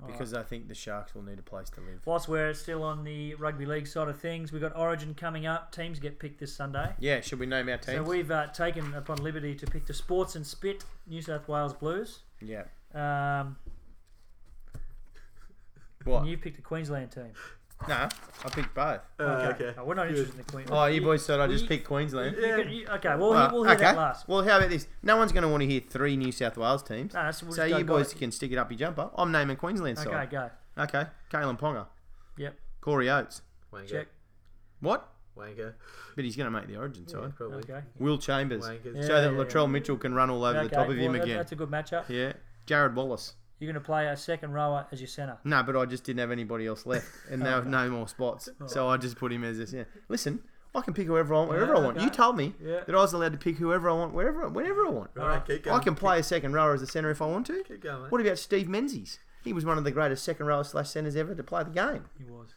S2: right.
S3: because I think the Sharks will need a place to live.
S2: Whilst we're still on the rugby league side of things, we've got Origin coming up. Teams get picked this Sunday.
S3: Yeah, should we name our
S2: So
S3: teams?
S2: we've uh, taken upon liberty to pick the Sports and Spit New South Wales Blues.
S3: yeah.
S2: Um,
S3: What?
S2: and you picked the Queensland team.
S3: Nah, I picked both.
S4: Uh, okay.
S2: Oh, we're not
S4: Good.
S2: interested in the Queensland.
S3: Oh, you boys thought I just
S2: we-
S3: picked Queensland.
S2: You could- you- okay, well,
S3: Well,
S2: we'll hear
S3: okay.
S2: that last.
S3: Well, how about this? No one's going to want to hear three New South Wales teams.
S2: No, that's- we'll
S3: so
S2: just go-
S3: you
S2: go-
S3: boys can stick it up your jumper. I'm naming Queensland
S2: Okay,
S3: side.
S2: go.
S3: Okay. Kalen Ponga.
S2: Yep.
S3: Corey Oates.
S4: Wanker.
S2: Check.
S3: What?
S4: Wanker.
S3: But he's going to make the origin
S4: Yeah,
S3: side.
S4: probably.
S2: Okay.
S3: Will Chambers.
S4: Wankers.
S2: Yeah,
S3: so that
S2: yeah,
S3: Latrell Mitchell can run all over the
S2: Okay,
S3: top of
S2: well,
S3: him
S2: that-
S3: again.
S2: That's a good matchup.
S3: Yeah. Jared Wallace.
S2: You're going to play a second rower as your centre.
S3: No, but I just didn't have anybody else left, and there were no more spots, so I just put him as this. Yeah. Listen, I can pick whoever I want, wherever I want. You
S2: okay.
S3: told me
S2: Yeah.
S3: that I was allowed to pick whoever I want, wherever, whenever I want.
S4: Alright, keep going.
S3: I can play a second rower as a centre if I want to.
S4: Keep going.
S3: What about Steve Menzies? He was one of the greatest second rower slash centres ever to play the game.
S2: He was.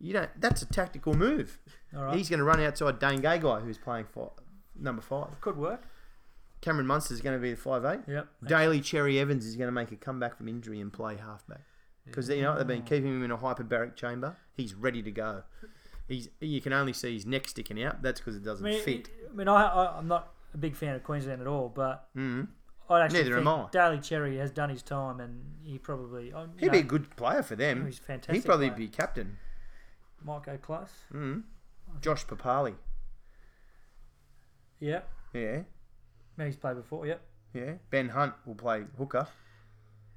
S3: You don't. That's a tactical move.
S2: All right.
S3: He's going to run outside Dane Gay guy, who's playing five, number five.
S2: Could work.
S3: Cameron Munster's going to be the five eight.
S2: Yep.
S3: Daly Cherry Evans is going to make a comeback from injury and play halfback because you know they've been keeping him in a hyperbaric chamber. He's ready to go. He's you can only see his neck sticking out. That's because it
S2: I
S3: doesn't
S2: mean,
S3: fit.
S2: I mean I, I, I'm not a big fan of Queensland at all, but
S3: Mhm.
S2: I'd actually
S3: Neither am
S2: think
S3: I.
S2: Daly Cherry has done his time, and he probably oh, you
S3: He'd
S2: know,
S3: be a good player for them.
S2: He's a fantastic
S3: He'd probably
S2: player.
S3: be captain.
S2: might go close.
S3: Mm. Josh Papali.
S2: Yeah,
S3: Yeah,
S2: maybe he's played before. Yep.
S3: yeah. Ben Hunt will play hooker.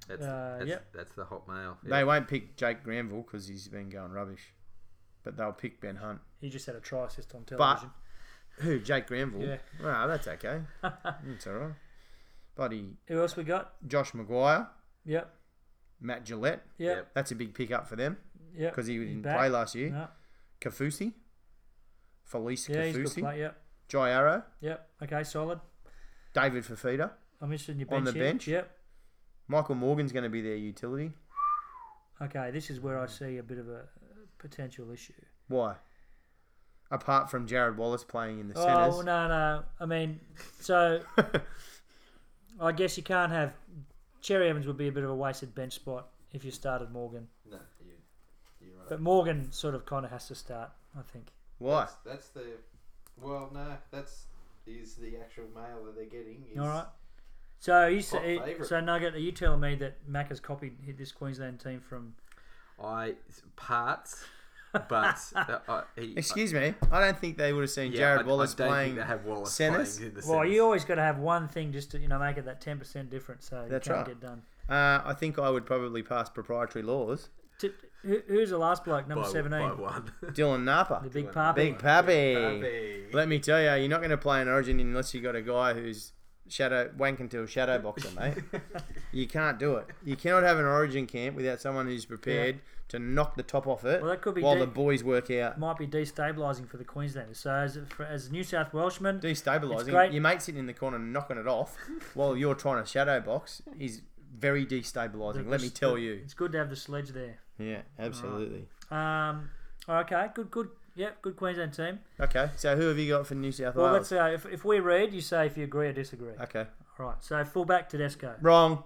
S4: That's,
S2: Uh,
S4: that's,
S2: yep.
S4: that's the hot mail.
S3: They won't pick Jake Granville because he's been going rubbish, but they'll pick Ben Hunt.
S2: He just had a try assist on television.
S3: Who? Jake Granville.
S2: Yeah.
S3: Well, that's okay. That's all right. Bloody
S2: Who else we got?
S3: Josh Maguire,
S2: Yep.
S3: Matt Gillette.
S2: Yep.
S4: Yep.
S3: That's a big pickup for them
S2: Yep.
S3: because he
S2: He's
S3: didn't
S2: back.
S3: play last year.
S2: No.
S3: Kafusi. Felice
S2: Yeah, he's a good
S3: Kafusi.
S2: player. Yep.
S3: Jai Arrow.
S2: Yep. Okay, solid.
S3: David Fafita.
S2: I'm interested in your bench.
S3: On the
S2: here.
S3: bench?
S2: Yep.
S3: Michael Morgan's going to be their utility.
S2: Okay, this is where I see a bit of a uh, potential issue.
S3: Why? Apart from Jared Wallace playing in the
S2: Oh
S3: centres.
S2: no, no. I mean, so I guess you can't have Cherry Evans would be a bit of a wasted bench spot if you started Morgan,
S4: No, you, you're right.
S2: but Morgan sort of kind of has to start. I think.
S3: Why?
S4: That's, that's the. Well, no, that's is the actual mail that they're getting. Is,
S2: All right. So you
S4: Hot
S2: say,
S4: favourite.
S2: so Nugget, are you telling me that Mac has copied this Queensland team from?
S4: I parts, but uh, I, he,
S3: Excuse me. I don't think they would have seen
S4: yeah, I-
S3: Jared
S4: I
S3: Wallace
S4: don't think
S3: playing.
S4: they have Wallace
S3: centres.
S4: playing in the
S2: Well,
S4: centres.
S2: you always got to have one thing just to you know make it that ten percent difference, so
S3: That's
S2: you can't
S3: right.
S2: get done.
S3: Uh, I think I would probably pass proprietary laws.
S2: T- who, who's the last bloke? Number
S4: By-
S2: seventeen,
S4: by one.
S3: Dylan
S2: the
S3: Napa.
S2: big
S4: Dylan
S2: papi.
S3: Big Pappy.
S4: Happy.
S3: Let me tell you, you're not going to play an Origin unless you got a guy who's shadow wank until shadow boxer, mate. you can't do it. You cannot have an Origin camp without someone who's prepared to knock the top off it
S2: Well, that could be
S3: while
S2: de-
S3: the boys work out.
S2: might be destabilising for the Queenslanders. So as for, as New South Welshman, It's
S3: Destabilising.
S2: great.
S3: Your mate sitting in the corner knocking it off while you're trying to shadow box is very destabilising. Let me tell you.
S2: it's good to have the sledge there.
S3: Yeah, absolutely.
S2: Um, okay, good, good. Yep, good Queensland team.
S3: Okay, so who have you got for New South
S2: Well, let's
S3: Wales?
S2: uh, if, if we read, you say if you agree or disagree.
S3: Okay,
S2: All right. So fullback Tedesco.
S3: wrong.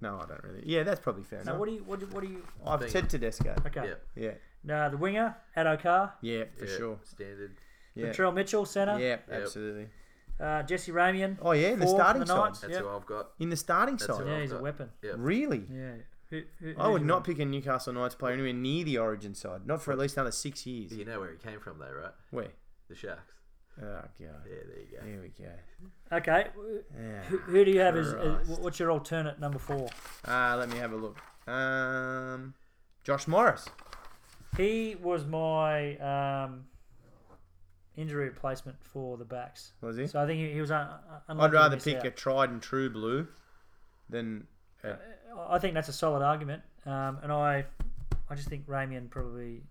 S3: No, I don't really. Yeah, that's probably fair
S2: Now,
S3: enough.
S2: what do you? What do, what do you?
S3: I've said Tedesco.
S2: Okay.
S4: Yeah.
S3: Yeah,
S2: Now the winger Adokar,
S3: yeah, for
S4: Yeah,
S3: sure.
S4: Standard.
S3: Yeah,
S2: Latrell Mitchell,
S3: yeah,
S2: centre.
S3: absolutely.
S2: Uh, Jesse Ramian.
S3: Oh yeah, in the
S2: Four for
S3: starting
S2: the
S3: side.
S2: Knights.
S4: That's
S2: Yep.
S4: who I've got.
S3: In the starting
S4: That's
S3: side.
S4: all.
S2: Yeah, he's a weapon.
S4: Yep.
S3: Really?
S2: Yeah. Who, who,
S3: Oh, I would
S2: who's
S3: not pick a Newcastle Knights player anywhere near the Origin side. Not for at least another six years.
S4: You know where he came from, though, right?
S3: Where?
S4: The Sharks.
S3: Oh god.
S4: Yeah, there you go.
S3: Here we go. Ah.
S2: your- Okay.
S3: Yeah.
S2: Who, who do you have as, as
S3: Christ.
S2: what's your alternate number four?
S3: Uh, let me have a look. Um, Josh Morris.
S2: He was my um, injury replacement for the backs.
S3: Was he?
S2: So I think he, he was. uh, Un- un-
S3: I'd
S2: unlikely to
S3: rather
S2: miss
S3: pick
S2: out.
S3: a tried and true blue than
S2: I think that's a solid argument, um, and I, I just think Ramian probably,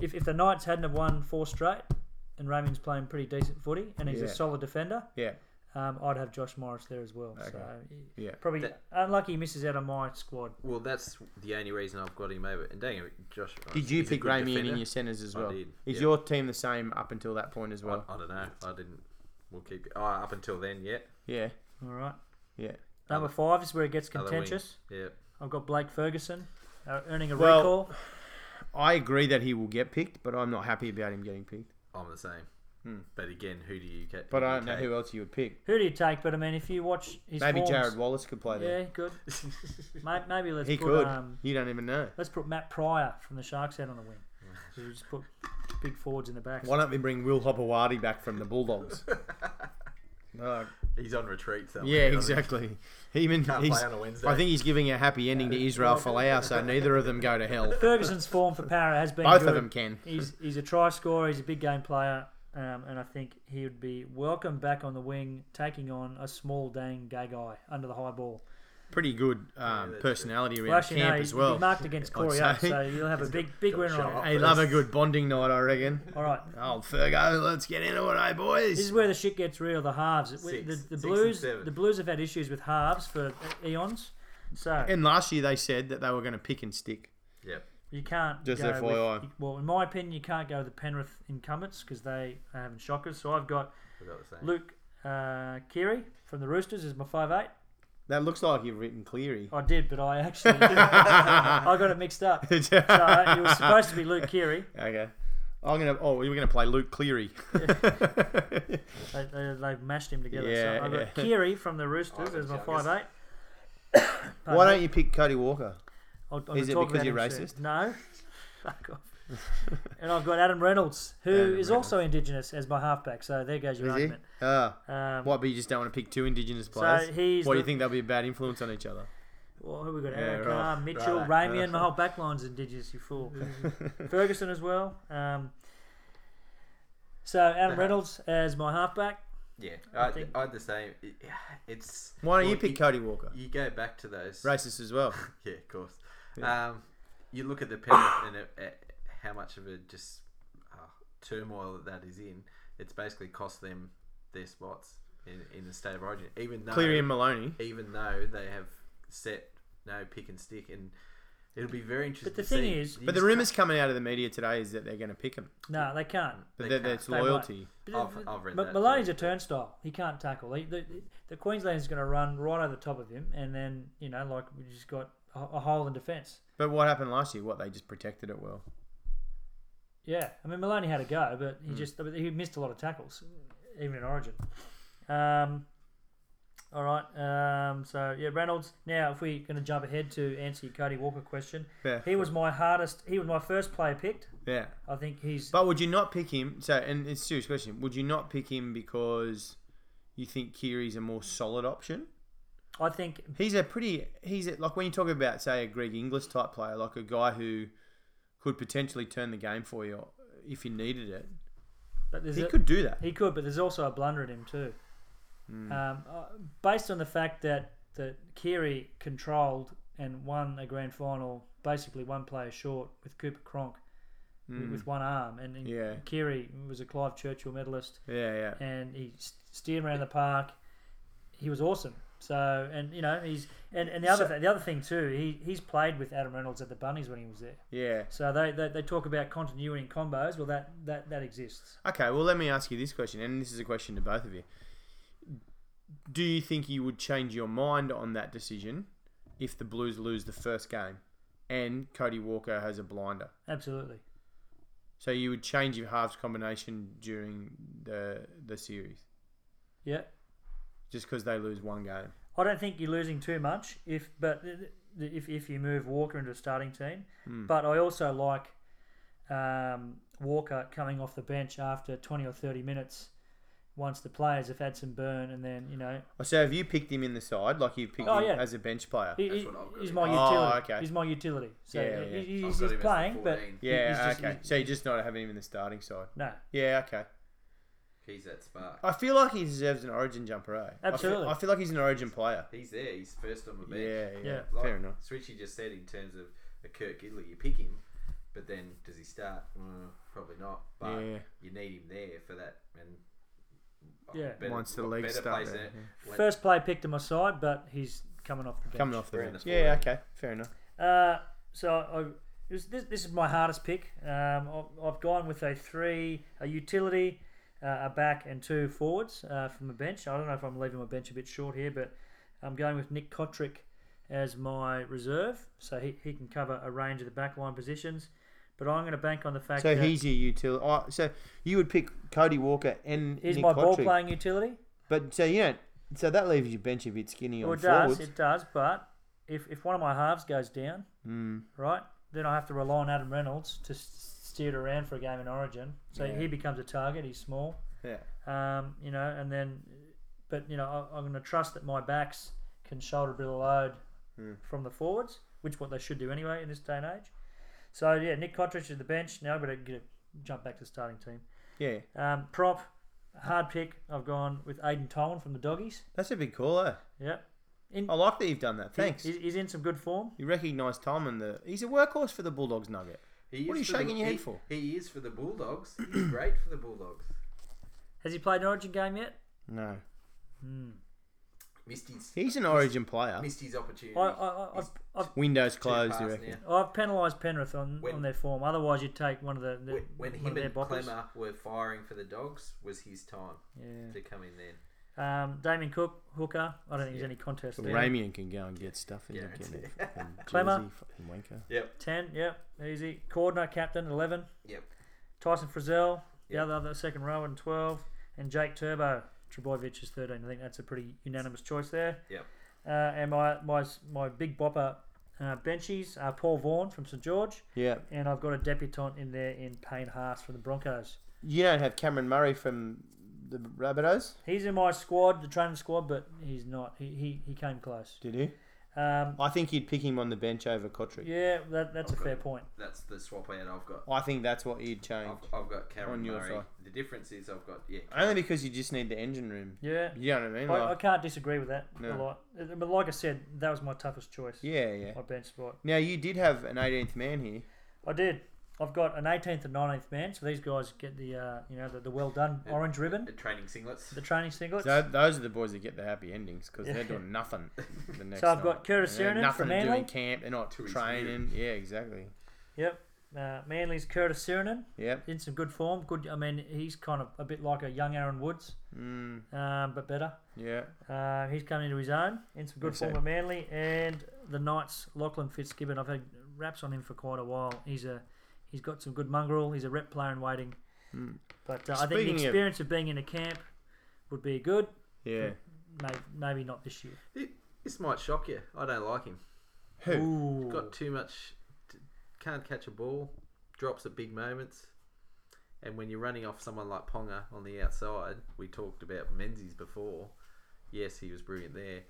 S2: if, if the Knights hadn't have won four straight, and Ramian's playing pretty decent footy, and he's
S3: Yeah.
S2: a solid defender,
S3: yeah.
S2: um, I'd have Josh Morris there as well. So he-
S3: Yeah.
S2: probably
S4: That-
S2: unlucky he misses out on my squad.
S4: Well, that's the only reason I've got him over. And dang it, Josh. uh,
S3: Did you
S4: he's a
S3: pick
S4: good
S3: Ramian
S4: defender.
S3: in your centres as
S4: I
S3: well?
S4: did,
S3: Is
S4: yeah.
S3: your team the same up until that point as well?
S4: I, I don't know. I didn't. We'll keep. Oh, up until then, yeah.
S3: yeah,
S2: All right,
S3: yeah.
S2: number five is where it gets
S4: Other wing,
S2: contentious.
S4: Yeah.
S2: I've got Blake Ferguson uh, earning a
S3: Well-
S2: recall.
S3: I agree that he will get picked, but I'm not happy about him getting picked.
S4: I'm the same. But again, who do you
S3: Hmm.
S4: get?
S3: But
S4: who
S3: I
S4: do
S3: don't know
S4: you
S3: who else you would pick.
S2: Who do you take? But I mean, if you watch his
S3: Maybe
S2: forms-
S3: Jared Wallace could play there.
S2: yeah, good. May- Maybe let's
S3: He
S2: put
S3: could.
S2: um,
S3: you don't even know.
S2: Let's put Matt Pryor from the Sharks out on the wing. So we just put big forwards in the back.
S3: Why don't we bring Will Hopewadi back from the Bulldogs? No.
S4: take? He's on retreat somewhere.
S3: Yeah,
S4: I think.
S3: exactly. He mean,
S4: Can't
S3: he's,
S4: play on a Wednesday.
S3: I think he's giving a happy ending to Israel Folau, so neither of them go to hell.
S2: Ferguson's form for Para has been
S3: Both
S2: good.
S3: of them can.
S2: He's he's a try scorer. He's a big game player, um, and I think he would be welcome back on the wing, taking on a small dang gay guy under the high ball.
S3: Pretty good um,
S4: that's
S3: personality around
S2: Well, actually,
S3: camp
S2: no,
S3: as
S2: he's
S3: well.
S2: well. marked against Corey up,
S3: say.
S2: so you'll have a big big
S4: got
S2: winner
S4: shot
S2: on it.
S4: up.
S3: Hey, love a good bonding night, I reckon.
S2: All right.
S3: Old Oh, Fergo, let's get into it, hey boys.
S2: This is where the shit gets real. The halves, the,
S4: Six.
S2: the,
S4: Six and
S2: Blues,
S4: seven.
S2: the Blues have had issues with halves for eons, so
S3: and last year they said that they were going to pick and stick.
S4: Yep.
S2: You can't
S3: Just
S2: go
S3: FYI.
S2: With, well, in my opinion, you can't go with the Penrith incumbents because they are having shockers. So I've got
S4: We got the same.
S2: Luke uh, Keary from the Roosters as my five eight.
S3: That looks like you've written Cleary.
S2: I did, but I Oh. actually I got it mixed up. So it was supposed to be Luke Keary,
S3: Okay. I'm gonna. Oh, we were gonna play Luke Cleary.
S2: They, they, they've mashed him together.
S3: Yeah,
S2: so I've got
S3: yeah.
S2: Kiri from the Roosters
S4: Ivan
S2: as my
S4: Jarvis.
S2: five eight.
S3: Why don't you pick Cody Walker?
S2: I'll, I'll
S3: Is it
S2: talk
S3: because
S2: about
S3: you're
S2: him soon.
S3: racist?
S2: No. Fuck off. and I've got Adam Reynolds, who is
S3: Adam
S2: also Indigenous, as my halfback. So there goes your
S3: Is he?
S2: argument.
S3: Ah,
S2: Um,
S3: what? But you just don't want to pick two Indigenous
S2: So
S3: players.
S2: he's
S3: What do you
S2: the-
S3: think they'll be a bad influence on each other?
S2: Well, who we got?
S3: Yeah,
S2: Eric
S3: right.
S2: Carr, Mitchell,
S4: Right.
S2: Ramian, my whole backline's indigenous, you fool. Ferguson as well. Um, so Adam
S4: Yeah.
S2: Reynolds as my halfback.
S4: Yeah,
S2: I
S4: I,
S2: think-
S4: I, would the same. It- It's
S3: Why don't
S4: well,
S3: you pick Cody Walker?
S4: You go back to those.
S3: Racist as well.
S4: Yeah, of course. Um, you look at the Penrith and it, at how much of a just uh, turmoil that that is in. It's basically cost them their spots in, in the state of origin, even though
S3: Cleary and Maloney.
S4: even though they have set no pick and stick, and it'll be very interesting.
S2: the
S4: to
S2: thing
S4: see.
S2: is-
S4: You
S3: But the
S4: just
S3: rumours coming out of the media today is that they're going to pick him.
S2: No, they can't.
S4: They
S3: But that
S4: can't.
S3: that's
S2: They might.
S3: loyalty.
S4: I've- I've read
S2: Ma-
S4: that
S2: Maloney's
S4: too.
S2: a turnstile. He can't tackle. He, the, the Queensland's going to run right over the top of him, and then you know, like we just got a, a hole in defence.
S3: But what happened last year? What they just protected it well.
S2: Yeah, I mean Maloney had a go, but
S3: Hmm.
S2: he just he missed a lot of tackles, even in Origin. Um, all right, um, so yeah, Reynolds. Now, if we're going to jump ahead to answer your Cody Walker question,
S3: Yeah.
S2: he was my hardest. He was my first player picked.
S3: Yeah.
S2: I think he's
S3: But would you not pick him? So, and it's a serious question. Would you not pick him because you think Kiri's a more solid option?
S2: I think
S3: He's a pretty. He's a, like when you talk about say a Greg Inglis type player, like a guy who could potentially turn the game for you if you needed it.
S2: but there's
S3: he
S2: a-
S3: could do that.
S2: He could, but there's also a blunder at him too.
S3: Hmm.
S2: Um, uh, based on the fact that that Keary controlled and won a grand final, basically one player short with Cooper Cronk with, with one arm, and, and
S3: Hmm. Yeah.
S2: Keary was a Clive Churchill medalist,
S3: yeah, yeah.
S2: and he s- steered around the park. He was awesome. So and you know he's and, and the other
S3: So-
S2: th- the other thing too he, he's played with Adam Reynolds at the Bunnies when he was there.
S3: Yeah.
S2: So they, they, they talk about continuity in combos. Well, that, that, that exists.
S3: Okay, well, let me ask you this question, and this is a question to both of you. Do you think you would change your mind on that decision if the Blues lose the first game and Cody Walker has a blinder?
S2: Absolutely.
S3: So you would change your halves combination during the the series
S2: Yeah.
S3: just because they lose one game.
S2: I don't think you're losing too much if, but th- th- if, if you move Walker into a starting team,
S3: Hmm.
S2: but I also like um, Walker coming off the bench after 20 or 30 minutes once the players have had some burn, and then you know
S3: Oh, So have you picked him in the side, like you've picked
S2: Oh,
S3: him
S2: yeah.
S3: as a bench player?
S2: he,
S4: That's
S2: he-
S4: what I've got
S2: he's
S4: in
S2: my
S3: mind. Oh,
S2: utility.
S3: okay.
S2: He's my utility. So
S3: Yeah,
S2: he-
S3: yeah.
S2: he- he's,
S4: I've got
S2: he's
S4: him as the
S2: playing, but
S4: 14.
S2: he-
S3: yeah,
S2: he's just-
S3: okay.
S2: he-
S3: so you're just not having him in the starting side.
S2: no,
S3: Yeah, okay.
S4: He's that spark.
S3: I feel like he deserves an Origin jumper. Eh? I feel-
S2: Absolutely.
S3: I feel, like he's an Origin player.
S4: He's there. He's first on the bench.
S3: Yeah, yeah.
S2: Yeah.
S3: Fair enough.
S4: Switchy just said in terms of a Kirk Gidley, you pick him, but then does he start? Mm, probably not. But
S3: Yeah.
S4: you need him there for that. And Oh,
S2: Yeah.
S3: Once the legs
S4: better
S3: start
S4: place
S3: there,
S4: than- when-
S2: first player picked him aside, but he's coming off the bench.
S3: Coming off the
S4: We're in
S3: bench.
S4: the
S3: Yeah,
S4: forward.
S3: okay. Fair enough.
S2: Uh, so I, it was, this, this is my hardest pick. Um, I've, I've gone with a three, a utility, uh, a back, and two forwards uh, from the bench. I don't know if I'm leaving my bench a bit short here, but I'm going with Nick Kotrick as my reserve, so he, he can cover a range of the backline positions. But I'm going to bank on the fact
S3: So
S2: that
S3: he's your utility. Oh, so you would pick Cody Walker and
S2: he's
S3: Nick
S2: my
S3: Kotrick.
S2: ball playing utility.
S3: But so you don't. So that leaves your bench a bit skinny
S2: Well,
S3: on
S2: it does,
S3: forwards.
S2: it does. But if, if one of my halves goes down,
S3: Hmm.
S2: right, then I have to rely on Adam Reynolds to s- steer it around for a game in Origin. So
S3: Yeah.
S2: he becomes a target. He's small,
S3: yeah.
S2: um, you know, and then, but you know, I, I'm going to trust that my backs can shoulder a bit of load
S3: Hmm.
S2: from the forwards, which what they should do anyway in this day and age. So yeah, Nick Cottridge is the bench. Now I better get jump back to the starting team.
S3: Yeah.
S2: Um, prop, hard pick. I've gone with Aiden Tolan from the Doggies.
S3: That's a big call, eh?
S2: Yep. In,
S3: I like that you've done that.
S2: he-
S3: Thanks.
S2: he's- he's in some good form.
S3: you recognise Tolman. The he's a workhorse for the Bulldogs nugget.
S4: He
S3: What are
S4: is
S3: you
S4: for the-
S3: shaking your head
S4: he-
S3: for?
S4: He is for the Bulldogs. He's great for the Bulldogs.
S2: Has he played an Origin game yet?
S3: No,
S4: Missed his,
S3: he's an Origin player.
S4: missed his opportunity.
S2: I, I, I, I've,
S4: He's
S2: I've,
S3: Windows
S4: too
S3: closed, you
S4: fast
S3: reckon?
S4: now.
S2: I've penalised Penrith on,
S4: When-
S2: on their form. Otherwise, you'd take one of the, the one
S4: When, when
S2: of
S4: him
S2: their
S4: and
S2: boppers.
S4: Clemmer were firing for the Dogs, was his time
S2: Yeah.
S4: to come in then.
S2: Um, Damien Cook, hooker. I don't think there's any contest there.
S3: Ramian can go and get stuff in
S4: Guaranteed.
S3: the fucking
S2: Clemmer.
S3: jersey, fucking wanker.
S4: Yep.
S2: Ten, yep, easy. Cordner, captain, eleven.
S4: Yep.
S2: Tyson Frizzell, the
S4: Yep.
S2: other, other second row in 12, and Jake Turbo. Trebojevic is 13. I think that's a pretty unanimous choice there.
S4: Yep.
S2: Uh, and my, my my big bopper uh, benchies are Paul Vaughan from St George,
S3: Yeah.
S2: and I've got a debutant in there in Payne Haas from the Broncos.
S3: You don't have Cameron Murray from the Rabbitohs,
S2: He's in my squad, the training squad, but he's not. He, he, he came close.
S3: did you?
S2: Um,
S3: I think you'd pick him on the bench over Cottrell.
S2: yeah, that, that's a
S4: I've got
S2: fair
S4: him.
S2: point.
S4: That's the swap out I've got.
S3: I think that's what you'd change.
S4: I've, I've got Cameron
S3: On your
S4: Murray.
S3: side.
S4: The difference is I've got yeah.
S3: Only because you just need the engine room.
S2: Yeah.
S3: You know what I mean?
S2: I, I
S3: Like,
S2: can't disagree with that a
S3: No.
S2: lot. Uh, But like I said, that was my toughest choice.
S3: yeah, yeah.
S2: My bench spot.
S3: Now you did have an 18th man here.
S2: I did. I've got an 18th and 19th man, so these guys get the uh, you know the, the well done
S4: Yeah.
S2: orange ribbon,
S4: The training singlets.
S2: the training singlets.
S3: So those are the boys that get the happy endings because
S2: Yeah.
S3: they're doing nothing the next
S2: So I've got
S3: night.
S2: Curtis
S3: They're
S2: Sirenen
S3: Nothing
S2: from
S3: to do
S2: Manly.
S3: in camp. They're not
S4: To his
S3: training. Yeah, exactly.
S2: Yep. Uh, Manly's Curtis Sirenen
S3: Yep.
S2: in some good form. Good. I mean, he's kind of a bit like a young Aaron Woods,
S3: Mm,
S2: um, but better.
S3: yeah.
S2: Uh, he's come into his own in some good
S3: Think so.
S2: form at Manly and the Knights. Lachlan Fitzgibbon. I've had raps on him for quite a while. He's a he's got some good mongrel. He's a rep player in waiting.
S3: Mm.
S2: But uh, I think the
S3: Speaking of-
S2: experience of being in a camp would be good.
S3: Yeah.
S2: Maybe, maybe not this year.
S4: This might shock you. I don't like him.
S3: Who?
S2: Ooh.
S4: Got too much. t- Can't catch a ball. Drops at big moments. And when you're running off someone like Ponga on the outside, we talked about Menzies before. Yes, he was brilliant there.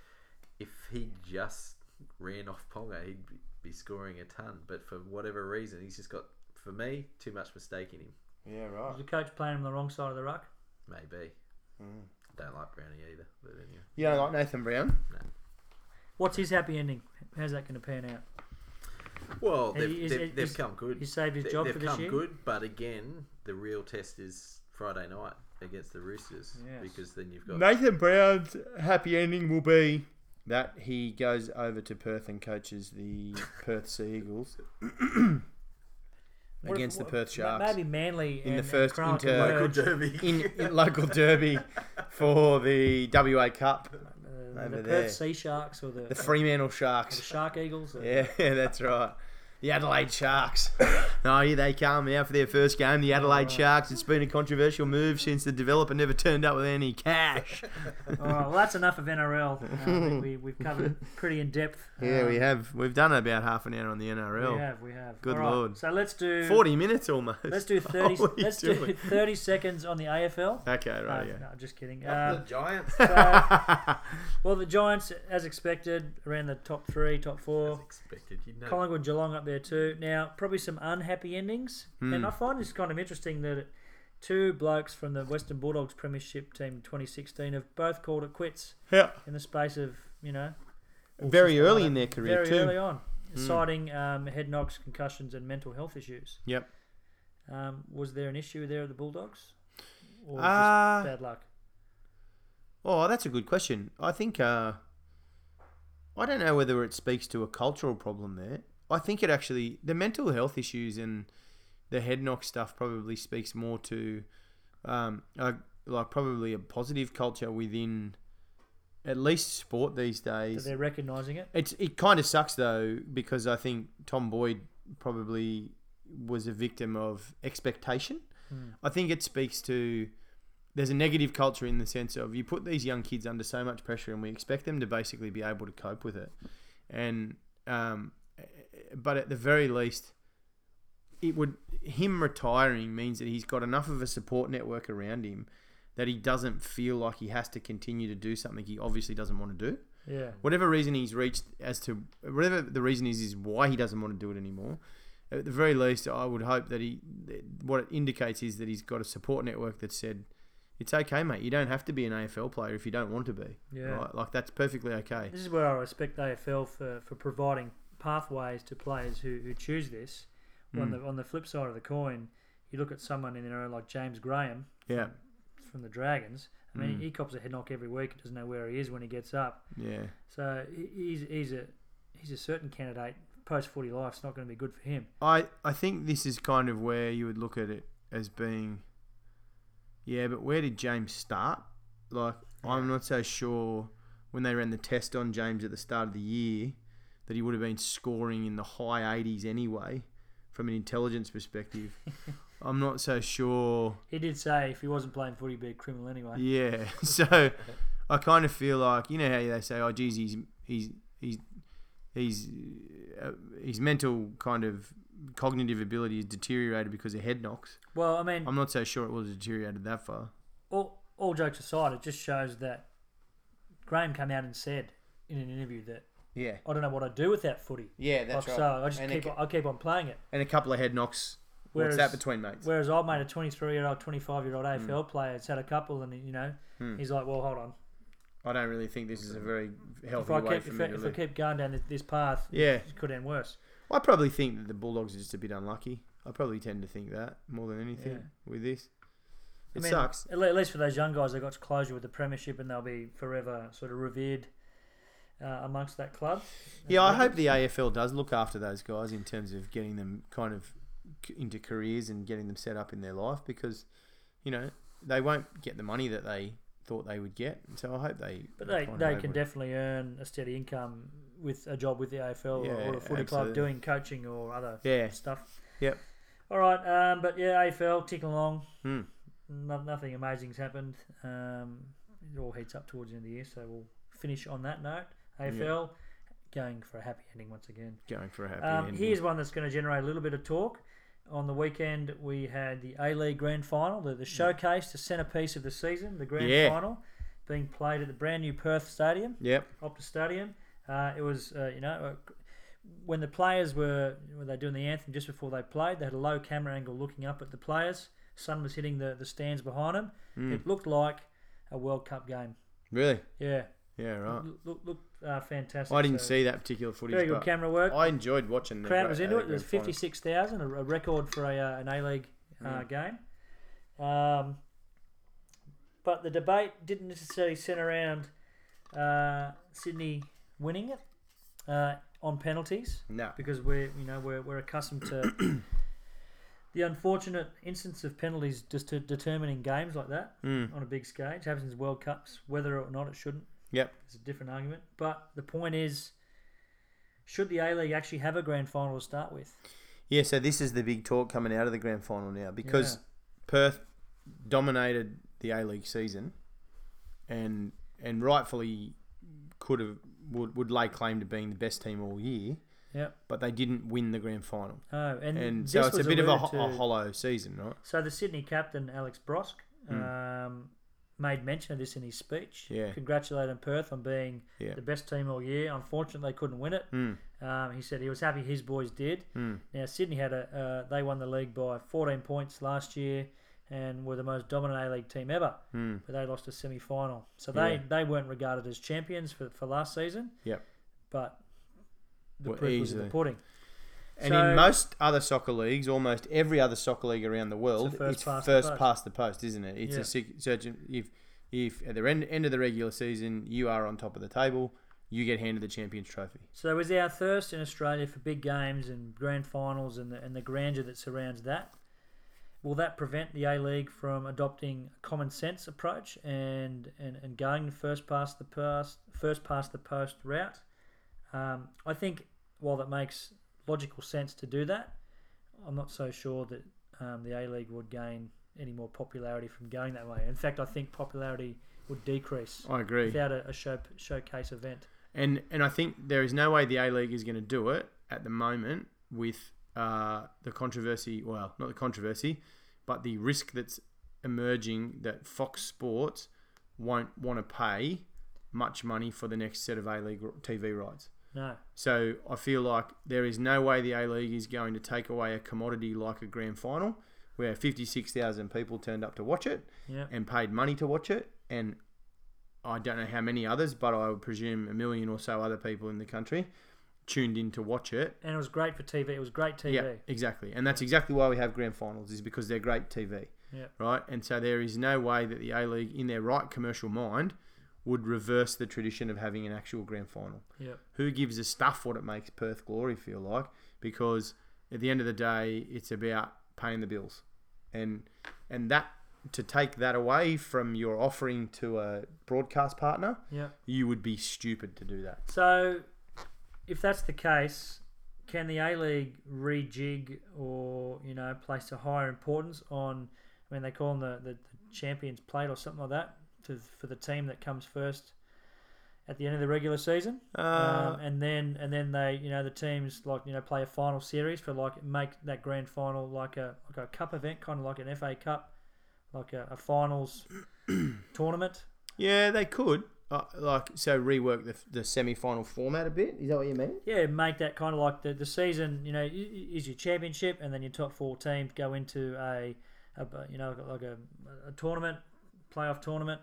S4: If he just ran off Ponga, he'd be- be scoring a ton. But for whatever reason, he's just got, for me, too much mistake in him.
S3: Yeah, right.
S2: Was the coach playing him the wrong side of the ruck?
S4: Maybe.
S3: Mm.
S4: Don't like Brownie either. But anyway.
S3: You don't like Nathan Brown?
S2: What's his happy ending? How's that going to pan out?
S4: Well,
S2: He-
S4: they've,
S2: he's-
S4: they've,
S2: he's-
S4: they've come good.
S2: He saved his
S4: They-
S2: job
S4: they've
S2: for this
S4: come
S2: year.
S4: good, but again, the real test is Friday night against the Roosters
S2: Yes.
S4: because then you've got
S3: Nathan Brown's happy ending will be that he goes over to Perth and coaches the Perth Sea Eagles
S2: What if-
S3: against
S2: what-
S3: the Perth
S2: ma-
S3: Sharks.
S2: Maybe Manly
S3: In the
S2: and, uh,
S3: first
S2: and Cronulla can
S3: inter-
S4: local
S2: merge.
S4: derby.
S3: in, in local derby for the WA Cup,
S2: Uh,
S3: over
S2: the
S3: there.
S2: Perth Sea Sharks or the,
S3: the Fremantle
S2: or the
S3: Sharks.
S2: Shark Eagles. uh, or-
S3: Yeah, that's right. The Adelaide Sharks. No, here they come out for their first game. The Adelaide Sharks. It's been a controversial move since the developer never turned up with any cash.
S2: All right, Oh, well, that's enough of NRL. Uh, I think we, we've covered it pretty in depth.
S3: Yeah,
S2: Um,
S3: we have. We've done about half an hour on the
S2: We
S3: NRL.
S2: have, we have.
S3: Good
S2: All right,
S3: Lord.
S2: So let's do
S3: 40 minutes almost.
S2: Let's do thirty.
S3: What are you
S2: let's do
S3: doing?
S2: thirty seconds on the AFL.
S3: Okay, right,
S2: no,
S3: yeah.
S2: Uh, no, just kidding.
S4: the
S2: Um,
S4: Giants.
S2: so, well, the Giants, as expected, around the top three, top
S4: As
S2: four.
S4: expected, you know.
S2: Collingwood, Geelong up there too. Now, probably some unhappy endings,
S3: Hmm.
S2: and I find this kind of interesting that it, two blokes from the Western Bulldogs Premiership team in 2016 have both called it quits
S3: Yeah.
S2: in the space of you know well,
S3: Very
S2: since
S3: early
S2: they-
S3: in their career,
S2: very
S3: too. Hmm.
S2: early on, citing um, head knocks, concussions, and mental health issues.
S3: Yep.
S2: Um, was there an issue there at the Bulldogs, or
S3: Uh,
S2: just bad luck?
S3: Oh, that's a good question. I think uh, I don't know whether it speaks to a cultural problem there. I think it actually the mental health issues and the head knock stuff probably speaks more to um, a, like probably a positive culture within at least sport these
S2: That
S3: days.
S2: they're recognising it.
S3: It's it kind of sucks though because I think Tom Boyd probably was a victim of expectation. I think it speaks to there's a negative culture in the sense of you put these young kids under so much pressure and we expect them to basically be able to cope with it. And um, but at the very least, it would him retiring means that he's got enough of a support network around him that he doesn't feel like he has to continue to do something he obviously doesn't want to do
S2: Yeah,
S3: whatever reason he's reached as to whatever the reason is is why he doesn't want to do it anymore at the very least i would hope that he that what it indicates is that he's got a support network that said it's okay mate you don't have to be an afl player if you don't want to be
S2: Yeah.
S3: right? like that's perfectly okay
S2: this is where I respect the AFL for, for providing pathways to players who, who choose this.
S3: Hmm.
S2: On the on the flip side of the coin, you look at someone in their own like James Graham
S3: yeah
S2: from the Dragons. I
S3: Hmm.
S2: mean, he cops a head knock every week. Doesn't know where he is when he gets up.
S3: yeah
S2: So he- he's he's a he's a certain candidate. Post forty life's not going to be good for him.
S3: I, I think this is kind of where you would look at it as being, yeah, but where did James start? Like, I'm not so sure when they ran the test on James at the start of the year that he would have been scoring in the high 80s anyway from an intelligence perspective. I'm not so sure.
S2: He did say if he wasn't playing footy, he'd be a criminal anyway.
S3: Yeah, so I kind of feel like you know how they say, "Oh, geez, he's he's he's he's uh, his mental kind of cognitive ability is deteriorated because of head knocks."
S2: Well, I mean,
S3: I'm not so sure it was deteriorated that far.
S2: all, all jokes aside, it just shows that Graham came out and said in an interview that
S3: Yeah,
S2: I don't know what I'd do without footy.
S3: yeah,
S2: like so, I just
S3: and,
S2: keep
S3: a,
S2: on, I keep on playing it.
S3: and a couple of head knocks. What's
S2: Whereas-
S3: that between Hmm. mates?
S2: Whereas I made a 23 year old, 25 year old AFL player. It's had a couple, and you know,
S3: Hmm.
S2: he's like, well, hold on.
S3: I don't really think this is a very
S2: If
S3: healthy
S2: I
S3: way
S2: keep
S3: for
S2: if,
S3: me
S2: I,
S3: to
S2: if I
S3: live.
S2: keep going down this, this path,
S3: Yeah,
S2: it could end worse.
S3: I probably think that the Bulldogs are just a bit unlucky. I probably tend to think that more than anything
S2: Yeah.
S3: with this.
S2: I
S3: It
S2: mean,
S3: sucks.
S2: At le- at least for those young guys, they got to closure with the premiership, and they'll be forever sort of revered uh, amongst that club.
S3: Yeah, I hope the AFL does look after those guys in terms of getting them kind of c- into careers and getting them set up in their life because, you know, they won't get the money that they thought they would get. So I hope they.
S2: But they,
S3: kind of
S2: they
S3: able
S2: can
S3: to-
S2: definitely earn a steady income with a job with the AFL or-
S3: Yeah,
S2: or a footy
S3: absolutely.
S2: club doing coaching or other
S3: Yeah.
S2: stuff.
S3: Yep.
S2: All right, um, but yeah, AFL ticking along.
S3: Hmm.
S2: No, nothing amazing's happened. Um, it all heats up towards the end of the year, so we'll finish on that note. AFL going for a happy ending once again.
S3: Going for a happy
S2: Um,
S3: ending.
S2: here's one that's going to generate a little bit of talk. On the weekend, we had the A League Grand Final, the, the showcase, the centerpiece of the season, the Grand
S3: Mm. Yeah.
S2: Final, being played at the brand new Perth Stadium,
S3: Yep.
S2: Optus Stadium. Uh, it was, uh, you know, uh, when the players were when they were doing the anthem just before they played, they had a low camera angle looking up at the players. Sun was hitting the, the stands behind them.
S3: Mm.
S2: It looked like a World Cup game.
S3: Really?
S2: Yeah,
S3: Yeah, right.
S2: look, look, looked, uh, fantastic.
S3: I didn't
S2: So,
S3: see that particular footage.
S2: Very good
S3: but
S2: camera work.
S3: I enjoyed watching the
S2: crowd
S3: gra-
S2: was into
S3: uh,
S2: it. There's
S3: grand final.
S2: 56,000, a a record for a, uh, an A League uh, game. Um, but the debate didn't necessarily centre around uh, Sydney winning it uh, on penalties
S3: No.
S2: because we're you know we're, we're accustomed to the unfortunate instance of penalties just to determining games like that
S3: Mm.
S2: on a big stage. happens in World Cups, whether or not it shouldn't.
S3: Yep.
S2: It's a different argument. But the point is, should the A League actually have a grand final to start with?
S3: Yeah, so this is the big talk coming out of the grand final now because Perth dominated the A League season, and and rightfully could have would, would lay claim to being the best team all year,
S2: Yep.
S3: but they didn't win the grand final,
S2: Oh, and,
S3: and
S2: this
S3: so it's a
S2: was
S3: bit of a,
S2: alluded
S3: ho- a
S2: to-
S3: hollow season, right?
S2: So the Sydney captain Alex Brosk um, made mention of this in his speech.
S3: Hmm. Yeah.
S2: Congratulating Perth on being
S3: Yeah.
S2: the best team all year. Unfortunately, they couldn't win it.
S3: Mm.
S2: Um, he said he was happy his boys did.
S3: Mm.
S2: Now Sydney had a uh, they won the league by 14 points last year and were the most dominant A League team ever.
S3: Mm.
S2: But they lost a semi final, so they,
S3: Yeah.
S2: they weren't regarded as champions for, for last season.
S3: Yep.
S2: But the
S3: Well,
S2: proof was in the
S3: easily.
S2: pudding.
S3: And
S2: So-
S3: in most other soccer leagues, almost every other soccer league around the world, it's
S2: first
S3: first,
S2: past
S3: past,
S2: the post.
S3: the post, isn't it? It's
S2: Yeah.
S3: a sig- certain if if at the end, end of the regular season you are on top of the table, you get handed the champions trophy.
S2: So is our thirst in Australia for big games and grand finals and the, and the grandeur that surrounds that? Will that prevent the A League from adopting a common sense approach and, and, and going first past the past first past the post route? Um, I think while that makes logical sense to do that, I'm not so sure that um, the A League would gain any more popularity from going that way. In fact, I think popularity would decrease
S3: I agree.
S2: without a, a show, showcase event.
S3: And and I think there is no way the A League is going to do it at the moment with uh, the controversy. Well, not the controversy, but the risk that's emerging that Fox Sports won't want to pay much money for the next set of A League TV rights.
S2: No.
S3: So I feel like there is no way the A League is going to take away a commodity like a grand final, where fifty six thousand people turned up to watch it
S2: Yeah.
S3: and paid money to watch it, and I don't know how many others, but I would presume a million or so other people in the country tuned in to watch it.
S2: and it was great for TV. It was great TV.
S3: Yeah, exactly, and that's exactly why we have grand finals is because they're great TV,
S2: Yeah.
S3: right? And so there is no way that the A League, in their right commercial mind, would reverse the tradition of having an actual grand final
S2: yeah.
S3: who gives a stuff what it makes Perth Glory feel like because at the end of the day it's about paying the bills and and that to take that away from your offering to a broadcast partner
S2: Yeah.
S3: you would be stupid to do that
S2: So, if that's the case, can the A League rejig or you know place a higher importance on? I mean, they call them the, the, the Champions Plate or something like that to, for the team that comes first at the end of the regular season,
S3: Uh,
S2: um, and then and then they you know the teams like you know play a final series for like make that grand final like a like a cup event, kind of like an FA Cup, like a, a finals tournament.
S3: yeah, they could. Uh, like so, rework the, the semi-final format a bit. Is that what you mean?
S2: Yeah, make that kind of like the, the season, you know, i- i- is your championship, and then your top four teams go into a, a you know, like a, a tournament, playoff tournament,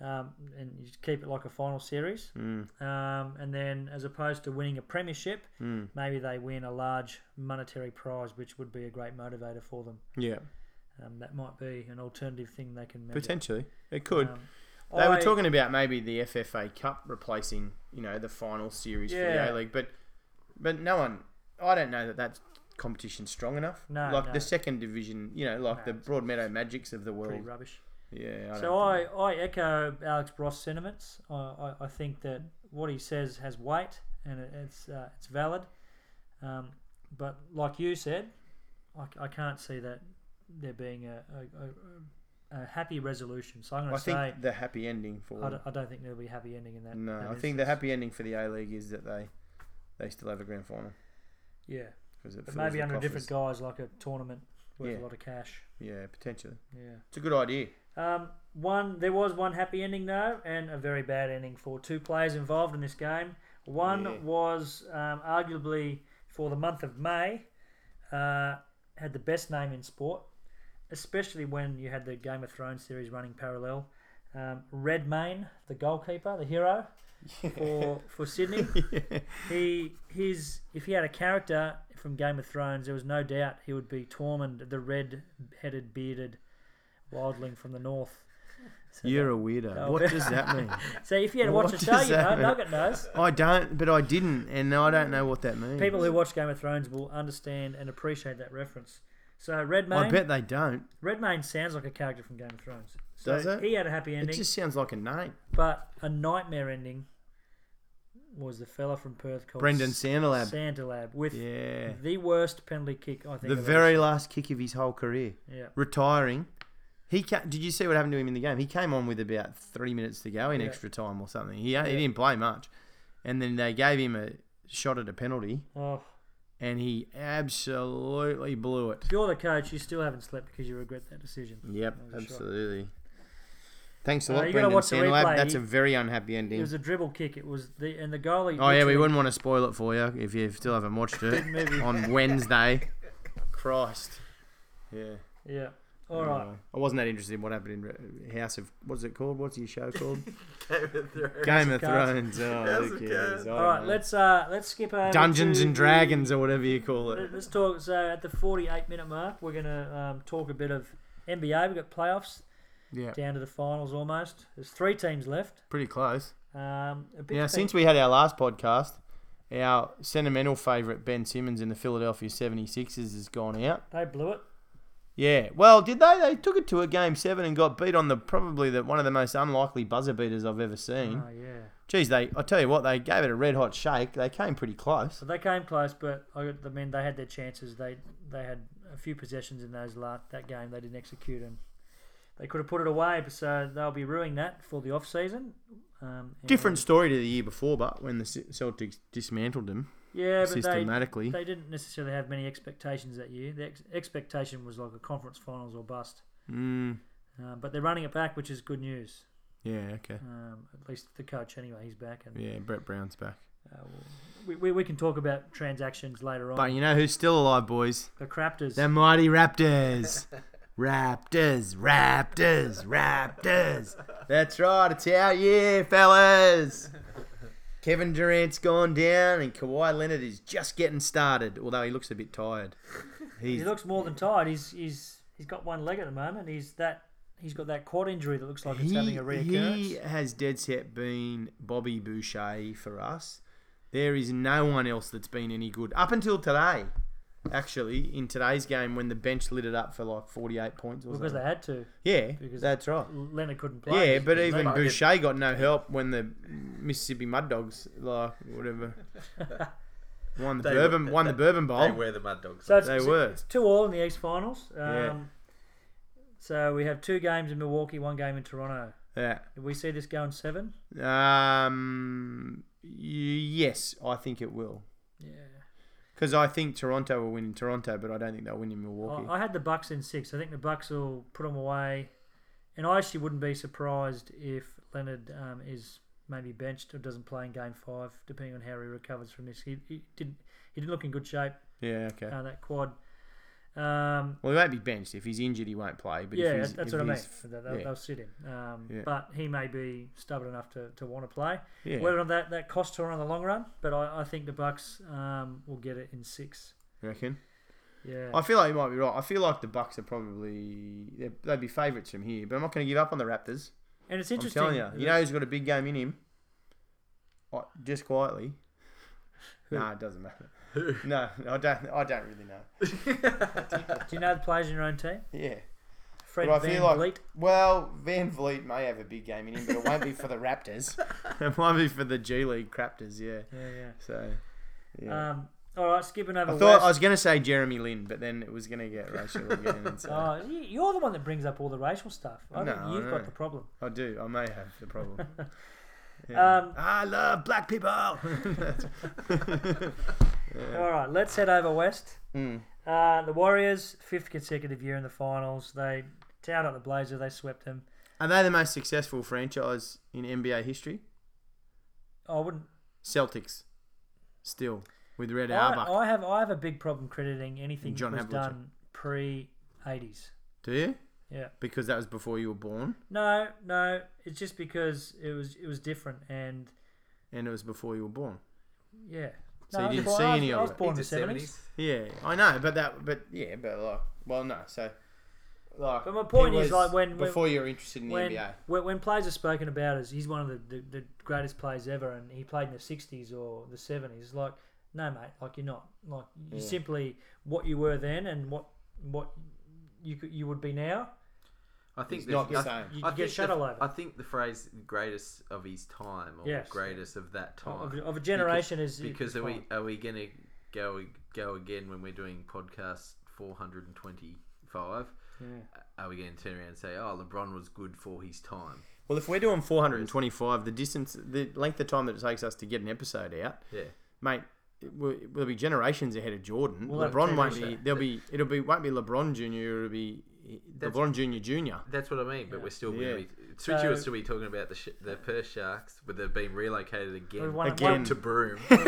S2: um, and you just keep it like a final series.
S3: Hmm.
S2: Um, and then, as opposed to winning a premiership,
S3: Hmm.
S2: maybe they win a large monetary prize, which would be a great motivator for them.
S3: Yeah,
S2: Um, that might be an alternative thing they can measure.
S3: potentially it could.
S2: Um,
S3: They were
S2: I-
S3: talking about maybe the FFA Cup replacing, you know, the final series for
S2: Yeah.
S3: the A League, but but no one, I don't know that that competition's strong enough.
S2: No,
S3: like
S2: no.
S3: the second division, you know, like
S2: No,
S3: the
S2: it's-
S3: Broadmeadow Magics of the
S2: Pretty
S3: world.
S2: rubbish.
S3: Yeah. I
S2: So I, I echo Alex Bross' sentiments. I, I, I think that what he says has weight and it, it's uh, it's valid. Um, but like you said, I, c- I can't see that there being a, a, a, a happy resolution. So I'm
S3: I,
S2: going to say
S3: think the happy ending for
S2: I, don't, I don't think there'll be a happy ending in that.
S3: no,
S2: that
S3: I think the
S2: instance.
S3: happy ending for the A League is that they they still have a grand final
S2: Yeah,
S3: because it
S2: but
S3: fills
S2: maybe
S3: the
S2: under
S3: coffers.
S2: different guys, like a tournament with
S3: Yeah.
S2: a lot of cash.
S3: Yeah, potentially.
S2: Yeah.
S3: It's a good idea.
S2: Um, one there was one happy ending though, and a very bad ending for two players involved in this game. One
S3: Yeah.
S2: was um, arguably for the month of May, uh, had the best name in sport, especially when you had the Game of Thrones series running parallel. Um, Redmayne, the goalkeeper, the hero for for Sydney. He his if he had a character from Game of Thrones, there was no doubt he would be Tormund, the red-headed, bearded wildling from the north. So
S3: a weirdo.
S2: Oh. What
S3: does that mean?
S2: that- so if you had to watch
S3: What
S2: the show,
S3: does
S2: you know,
S3: that mean?
S2: Nugget knows.
S3: I don't, but I didn't, and I don't know what that means.
S2: People who watch Game of Thrones will understand and appreciate that reference. So Redmayne,
S3: I bet they don't.
S2: Redmayne sounds like a character from Game of Thrones. So
S3: Does it?
S2: He had a happy
S3: It
S2: ending,
S3: just sounds like a name.
S2: but a nightmare ending was the fella from Perth called
S3: Brendan
S2: S-
S3: Sanderlab.
S2: Sanderlab with
S3: Yeah.
S2: the worst penalty kick I think.
S3: The
S2: I've ever
S3: very last kick of his whole career.
S2: seen. yeah.
S3: Retiring. He ca- Did you see what happened to him in the game? He came on with about three minutes to go in
S2: Yeah.
S3: extra time or something. He, he didn't play much. And then they gave him a shot at a penalty,
S2: Oh,
S3: and he absolutely blew it.
S2: if you're the coach. You still haven't slept because you regret that decision.
S3: Yep,
S2: Oh, sure.
S3: absolutely. Thanks a
S2: Uh,
S3: lot,
S2: you gotta
S3: Brendan
S2: watch the replay.
S3: Sanderlab. That's a
S2: He-
S3: very unhappy ending.
S2: It was a dribble kick. It was the and the
S3: Oh yeah,
S2: goalie.
S3: we
S2: literally-
S3: wouldn't want to spoil it for you if you still haven't watched it on Wednesday. Christ. Yeah.
S2: Yeah. All right.
S3: Anyway, I wasn't that interested in what happened in Re- House of what's it called? What's your show called?
S4: Game of Thrones.
S3: Game of
S2: Cards.
S3: Thrones. Oh,
S4: House
S3: who
S4: of
S3: cares?
S4: Cards.
S3: I
S2: All right,
S3: don't know.
S2: let's uh, let's skip over
S3: Dungeons
S2: to
S3: and
S2: the-
S3: Dragons or whatever you call it.
S2: Let's talk. So uh, at the forty-eight minute mark, we're gonna um, talk a bit of NBA. We've got playoffs
S3: Yeah,
S2: down to the finals almost. There's three teams left.
S3: pretty close.
S2: Um, a bit
S3: Now, since we had our last podcast, our sentimental favourite Ben Simmons in the Philadelphia 76ers has gone out.
S2: they blew it.
S3: Yeah. Well, did they? They took it to a game seven and got beat on the probably the one of the most unlikely buzzer beaters I've ever seen.
S2: Oh yeah.
S3: Geez, they I tell you what, they gave it a red hot shake. They came pretty close.
S2: So they came close, but I, I mean they had their chances. They they had a few possessions in those la that game. They didn't execute and they could have put it away. But so they'll be ruining that for the off season. Um, and-
S3: Different story to the year before, but when the Ce- Celtics dismantled them
S2: Yeah, but they
S3: systematically.
S2: They didn't necessarily have many expectations that year. The ex- expectation was like a conference finals or bust.
S3: Mm,
S2: Um, but they're running it back, which is good news.
S3: yeah. Okay.
S2: Um, at least the coach, anyway, he's back, and
S3: Yeah, Brett Brown's back.
S2: uh, we, we, we can talk about transactions later on.
S3: But you know who's still alive, boys?
S2: the Craptors.
S3: The mighty Raptors. Raptors, Raptors, Raptors. That's right, it's our year, fellas. Kevin Durant's gone down, and Kawhi Leonard is just getting started. Although he looks a bit tired. He's
S2: he looks more than tired. He's he's he's got one leg at the moment. He's that he's got that quad injury that looks like it's having a reoccurrence.
S3: he has dead set been Bobby Boucher for us. There is no one else that's been any good up until today. Actually, in today's game, when the bench lit it up for like forty-eight points or
S2: because they
S3: something.
S2: had to.
S3: yeah,
S2: because-
S3: that's right.
S2: Leonard couldn't play.
S3: Yeah, but
S2: They-
S3: even
S4: Like it-
S3: Boucher got no help when the Mississippi Mud Dogs, like whatever. Won the
S4: They were-
S3: bourbon, won the bourbon
S4: They
S3: bowl.
S4: were the Mud Dogs.
S2: So it's,
S3: They
S2: it's-
S3: were.
S2: it's two all in the East Finals. Um,
S3: Yeah.
S2: So we have two games in Milwaukee, one game in Toronto.
S3: Yeah.
S2: Did we see this going seven?
S3: Um. y- Yes, I think it will.
S2: Yeah.
S3: Because I think Toronto will win in Toronto, but I don't think they'll win in
S2: I-
S3: Milwaukee.
S2: Oh, I had the Bucks in six. I think the Bucks will put them away, and I actually wouldn't be surprised if Leonard um, is maybe benched or doesn't play in Game Five, depending on how he recovers from this. He, he didn't. He didn't look in good shape.
S3: yeah. Okay.
S2: Uh, that quad. Um,
S3: Well, he won't be benched if he's injured. He won't play. But if
S2: yeah,
S3: he's,
S2: that's
S3: if
S2: what I mean.
S3: he's-
S2: They'll, they'll-
S3: yeah.
S2: they'll sit him, um,
S3: Yeah.
S2: but he may be stubborn enough to, to want to play.
S3: Yeah.
S2: Whether or not that that costs her on the long run, but I, I think the Bucks um, will get it in six.
S3: You reckon?
S2: Yeah,
S3: I feel like you might be right. I feel like the Bucks are probably they're- they'd be favourites from here, but I'm not going to give up on the Raptors.
S2: and it's
S3: I'm
S2: interesting.
S3: telling you, you know who's got a big game in him? I, just quietly.
S2: Who?
S3: Nah, it doesn't matter. No, I don't. I don't really know.
S2: do you know the players in your own team?
S3: Yeah.
S2: Fred
S3: But I
S2: Van
S3: feel like-
S2: Vliet.
S3: Well, Van Vliet may have a big game in him, but it won't be for the Raptors. It won't be for the G League Raptors. Yeah.
S2: Yeah, yeah.
S3: So. Yeah.
S2: Um, all right, skipping over.
S3: I thought I
S2: West.
S3: was going to say Jeremy Lin, but then it was going to get racial again. And so
S2: Oh, you- you're the one that brings up all the racial stuff. I
S3: No,
S2: think you've
S3: I know.
S2: got the problem.
S3: I do. I may have the problem. Yeah.
S2: Um,
S3: I love black people.
S2: All right, let's head over west.
S3: Mm.
S2: Uh, the Warriors, fifth consecutive year in the finals. They towered up the Blazers. They swept them.
S3: Are they the most successful franchise in NBA history?
S2: I wouldn't.
S3: Celtics, still with Red
S2: I,
S3: Auerbach.
S2: I have I have a big problem crediting anything
S3: John
S2: that was
S3: Havlicek.
S2: done pre eighties.
S3: Do you?
S2: Yeah.
S3: Because that was before you were born,
S2: No, no. It's just because it was it was different, and
S3: and it was before you were born.
S2: yeah.
S3: So you
S2: No, I was
S3: didn't
S2: born-
S3: see
S2: I was-
S3: any of
S2: I was
S3: it.
S2: born in the
S4: Into
S2: seventies.
S3: Yeah, I know, but that, but yeah, but like, well, no. So, like,
S2: But my
S3: he
S2: point
S3: was-
S2: is, like, when- when-
S3: before you were interested in the
S2: when,
S3: NBA,
S2: when when players are spoken about as he's one of the, the, the greatest players ever and he played in the 60s or the 70s like no mate like you're not like you
S3: Yeah.
S2: simply what you were then and what what you could- you would be now
S4: I think
S3: It's
S4: there's-
S3: not the
S4: I-
S3: same.
S2: you
S4: I
S2: could get
S4: think the-
S2: shuttle over
S4: I think the phrase "greatest of his time" or
S2: Yes.
S4: "greatest of that
S3: Oh,
S4: time"
S2: of, of a generation is
S4: because
S2: is
S4: are we
S2: fine.
S4: are we gonna go go again when we're doing podcast 425? Are we going to turn around and say, "Oh, LeBron was good for his time"?
S3: well, if we're doing 425, the distance, the length of time that it takes us to get an episode out,
S4: Yeah,
S3: mate. it will- There'll be generations ahead of Jordan.
S2: Well, that
S3: LeBron won't be.
S2: generation-
S3: There'll be. It'll be. Won't be LeBron Junior. It'll be
S4: That's-
S3: LeBron Junior Junior.
S4: that's what I mean. But
S2: Yeah.
S4: we're still
S3: Yeah.
S4: going to be Twitchy was
S2: So-
S4: still be talking about the sh- the Perth Sharks, but they've been relocated
S2: We've
S4: again,
S2: won,
S3: Again.
S4: to Broome.
S2: won-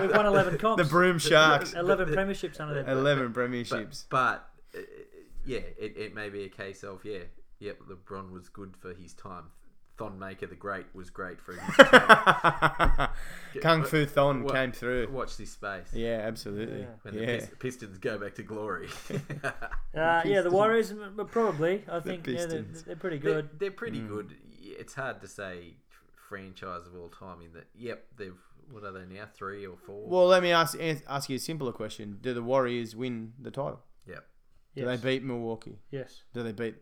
S2: we've won 11 comps
S3: The Broom Sharks.
S2: 11 premierships under their belt.
S3: Eleven
S4: but
S3: premierships.
S4: but uh, yeah, it, it may be a case of yeah, yep. LeBron was good for his time. Thon Maker the Great was great for his time.
S3: Kung Fu Thon
S4: what-
S3: came through.
S4: Watch this space.
S3: Yeah, absolutely.
S2: Yeah.
S4: When the
S3: Yeah.
S4: Pist- Pistons go back to glory.
S2: Uh, yeah, the Warriors, m- m- probably. I think yeah, they're,
S3: Pistons.
S2: they're pretty
S4: they're,
S2: good.
S4: they're pretty good. It's hard to say franchise of all time in that. Yep, they've what are they now? Three or four?
S3: Well, let me ask ans- ask you a simpler question. Do the Warriors win the title?
S4: Yep.
S3: Do
S2: Yes.
S3: they beat Milwaukee?
S2: yes.
S3: Do they beat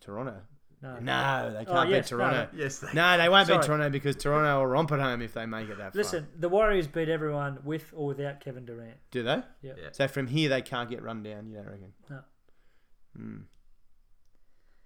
S3: Toronto?
S2: No.
S3: No, they can't
S2: Oh,
S3: beat
S2: yes, no,
S3: Toronto.
S4: Yes, they.
S3: No, they won't
S2: Sorry.
S3: beat Toronto because Toronto will romp at home if they make it that far.
S2: Listen, the Warriors beat everyone with or without Kevin Durant.
S3: Do they?
S2: Yeah.
S4: Yeah.
S3: So from here they can't get run down. You don't reckon?
S2: No.
S3: Hmm.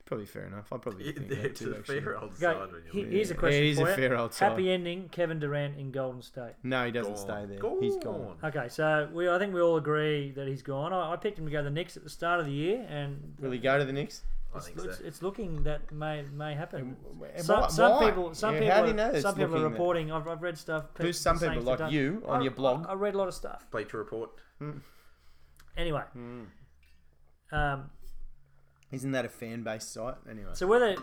S3: Probably fair enough. I probably think that
S4: It's
S3: too.
S4: a
S3: Actually.
S4: fair old
S2: Go-
S4: side when you
S2: he-
S4: look.
S2: Here's a
S3: Yeah,
S2: question
S3: it is
S2: for
S3: a
S2: you.
S3: fair old
S2: Happy
S3: side.
S2: ending, Kevin Durant in Golden State.
S3: No, he doesn't
S4: Gone.
S3: stay there. He's gone.
S4: Gone.
S2: Okay, so we I think we all agree that he's gone. I, I picked him to go to the Knicks at the start of the year, and
S3: Will he go to the Knicks?
S4: I
S2: it's,
S4: think so.
S2: it's, it's looking that may may happen.
S3: And
S2: Some,
S3: why-
S2: some
S3: why?
S2: people, some
S3: Yeah,
S2: people,
S3: how do
S2: are,
S3: you know it's
S2: some people are
S3: looking that-
S2: reporting. I've, I've read stuff. pe-
S3: Who's some
S2: saying Oh,
S3: people
S2: stuff
S3: like
S2: done.
S3: you on
S2: I-
S3: your blog?
S2: I, I read a lot of stuff.
S4: Bleacher Report.
S2: Anyway,
S3: Hmm.
S2: um,
S3: Isn't that a fan based site? Anyway.
S2: oh. So whether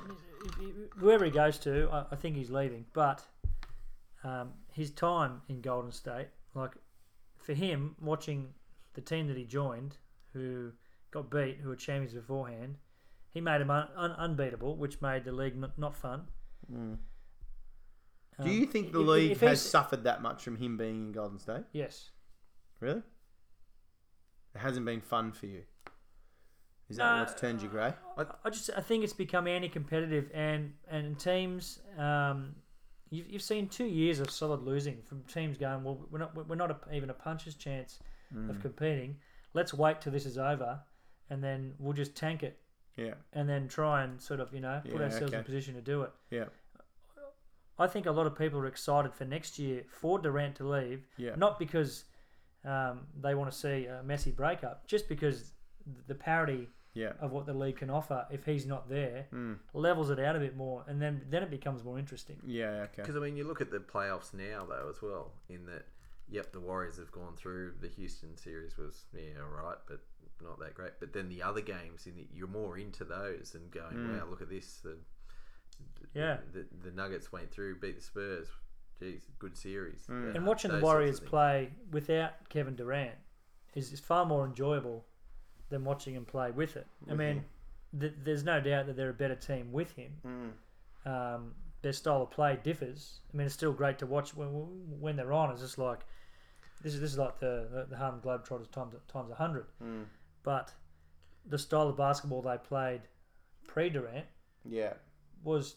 S2: wherever he goes to, I, I think he's leaving. But um, his time in Golden State, like for him, watching the team that he joined, who got beat, who were champions beforehand, he made him un- un- unbeatable, which made the league n- not fun.
S3: Do
S2: Um,
S3: you think the
S2: if-
S3: league
S2: if
S3: has
S2: he's-
S3: suffered that much from him being in Golden State?
S2: Yes.
S3: Really? It hasn't been fun for you. Is that
S2: No.
S3: what's turned you grey?
S2: I just I think it's become anti-competitive and and teams um, you've, you've seen two years of solid losing from teams going, well, we're not, we're not a, even a puncher's chance
S3: Mm.
S2: of competing. Let's wait till this is over and then we'll just tank it
S3: Yeah.
S2: and then try and sort of, you know, put
S3: Yeah,
S2: ourselves in
S3: okay.
S2: a position to do it.
S3: Yeah.
S2: I think a lot of people are excited for next year for Durant to leave,
S3: Yeah.
S2: not because um, they want to see a messy breakup, just because the parity
S3: Yeah.
S2: of what the league can offer if he's not there
S4: Hmm.
S3: Mm.
S2: levels it out a bit more, and then then it becomes more interesting.
S3: Yeah. Okay.
S4: Because I mean, you look at the playoffs now though as well. In that, yep, the Warriors have gone through. The Houston series was yeah, all right, but not that great. But then the other games, in the, you're more into those and going,
S3: Hmm.
S4: wow, look at this. The,
S2: Yeah.
S4: the, the Nuggets went through, beat the Spurs. Geez, good series.
S3: Hmm.
S4: Yeah,
S2: And watching the
S4: those sorts of
S2: Warriors
S4: things.
S2: play without Kevin Durant is, is far more enjoyable than watching him play with it. I mean, th- there's no doubt that they're a better team with him.
S3: Hmm,
S2: Um, their style of play differs. I mean, it's still great to watch when, when they're on. It's just like this is this is like the the, the Harlem Globetrotters times times hundred.
S4: Hmm.
S2: But the style of basketball they played pre Durant
S3: Yeah.
S2: was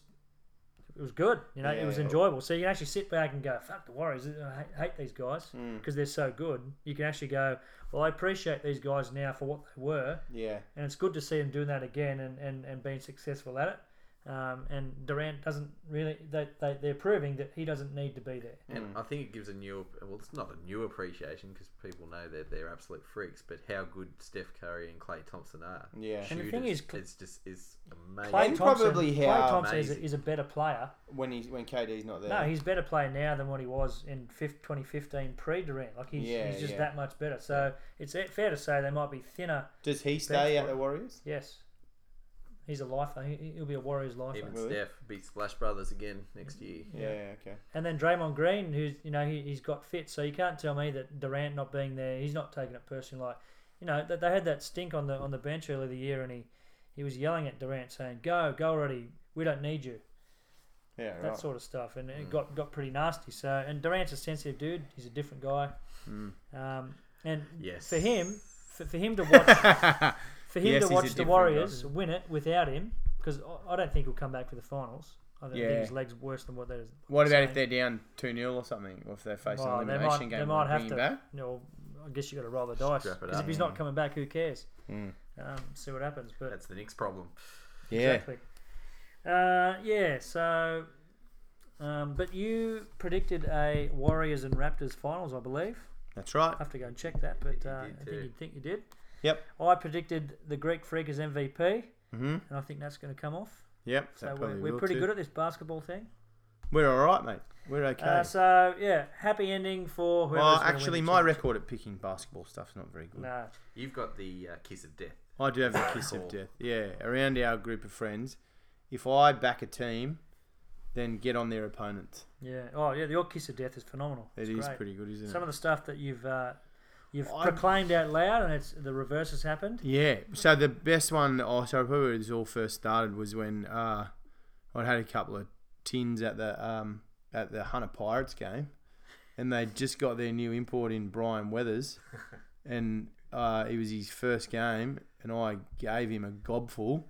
S2: it was good. You know,
S3: Yeah,
S2: it was
S3: yeah.
S2: enjoyable. So you can actually sit back and go, "Fuck the Warriors! I hate, hate these guys
S3: Hmm.
S2: because they're so good." You can actually go, "Well, I appreciate these guys now for what they were,
S3: Yeah.
S2: and it's good to see them doing that again and, and, and being successful at it." Um, and Durant doesn't really they, they they're proving that he doesn't need to be there.
S4: And I think it gives a new, well, it's not a new appreciation because people know that they're absolute freaks, but how good Steph Curry and Klay Thompson are.
S3: Yeah.
S2: And the thing
S4: Shooters,
S2: is, Cl-
S4: it's just is amazing.
S2: Clay
S3: And
S2: Thompson,
S3: probably
S2: Klay
S3: how
S2: Thompson is a,
S4: amazing.
S2: is a better player.
S3: When he's when KD's not there.
S2: No, he's a better player now than what he was in fif- 2015 pre Durant. Like he's,
S3: Yeah,
S2: he's just
S3: yeah.
S2: that much better. So it's fair to say they might be thinner
S3: Does he stay at the Warriors?
S2: Yes. He's a lifer. He, he'll be a Warriors lifer.
S4: Him and
S3: Really?
S4: Steph be Splash Brothers again next year.
S3: Yeah. Okay.
S2: And then Draymond Green, who's you know he, he's got fit, so you can't tell me that Durant not being there, he's not taking it personally. Like, you know that they had that stink on the on the bench earlier the year, and he he was yelling at Durant saying, "Go, go already. We don't need you."
S3: Yeah.
S2: That
S3: Right.
S2: sort of stuff, and it got got pretty nasty. So, and Durant's a sensitive dude. He's a different guy. Um, and
S4: Yes.
S2: for him, for, for him to watch. For him
S3: Yes, he's
S2: to
S3: a
S2: watch the
S3: different
S2: Warriors win it without him, because I don't think he'll come back for the finals. I don't
S3: Yeah.
S2: think his legs worse than what that is.
S3: What about if they're down two 0 or something, or if they're facing
S2: Oh,
S3: an
S2: they
S3: elimination
S2: might-
S3: game?
S2: they
S3: and
S2: might
S3: bring
S2: have
S3: him
S2: to.
S3: Back?
S2: You know, I guess you got to roll the dice.
S4: Strap it
S2: Because
S4: up.
S2: if he's not coming back, who cares?
S3: Mm.
S2: Um, see what happens. But
S4: That's the Knicks' problem.
S3: Yeah.
S2: exactly. Uh, yeah. So, um, but you predicted a Warriors and Raptors finals, I believe.
S3: That's right.
S2: I have to go and check that, but uh, I
S4: did too.
S2: think you think you did.
S3: Yep.
S2: I predicted the Greek Freak as MVP,
S3: Mm-hmm.
S2: and I think that's going to come off.
S3: Yep.
S2: So we're, we're pretty good at this basketball thing.
S3: We're all right, mate. We're okay.
S2: Uh, so yeah, happy ending for whoever.
S3: well, actually, my record at picking basketball stuff's not very good.
S2: No,
S4: You've got the uh, kiss of death.
S3: I do have the kiss
S4: Cool.
S3: of death. Yeah, around our group of friends, if I back a team, then get on their opponent.
S2: yeah. Oh yeah, your kiss of death is phenomenal.
S3: It
S2: It's
S3: is
S2: great.
S3: pretty good, isn't
S2: Some
S3: it?
S2: of the stuff that you've uh, you've
S3: I'm-
S2: proclaimed out loud, and it's the reverse has happened.
S3: Yeah. So the best one, oh, so probably this all first started was when uh, I'd had a couple of tins at the um, at the Hunter Pirates game, and they just got their new import in Brian Weathers, and uh, it was his first game, and I gave him a gobful.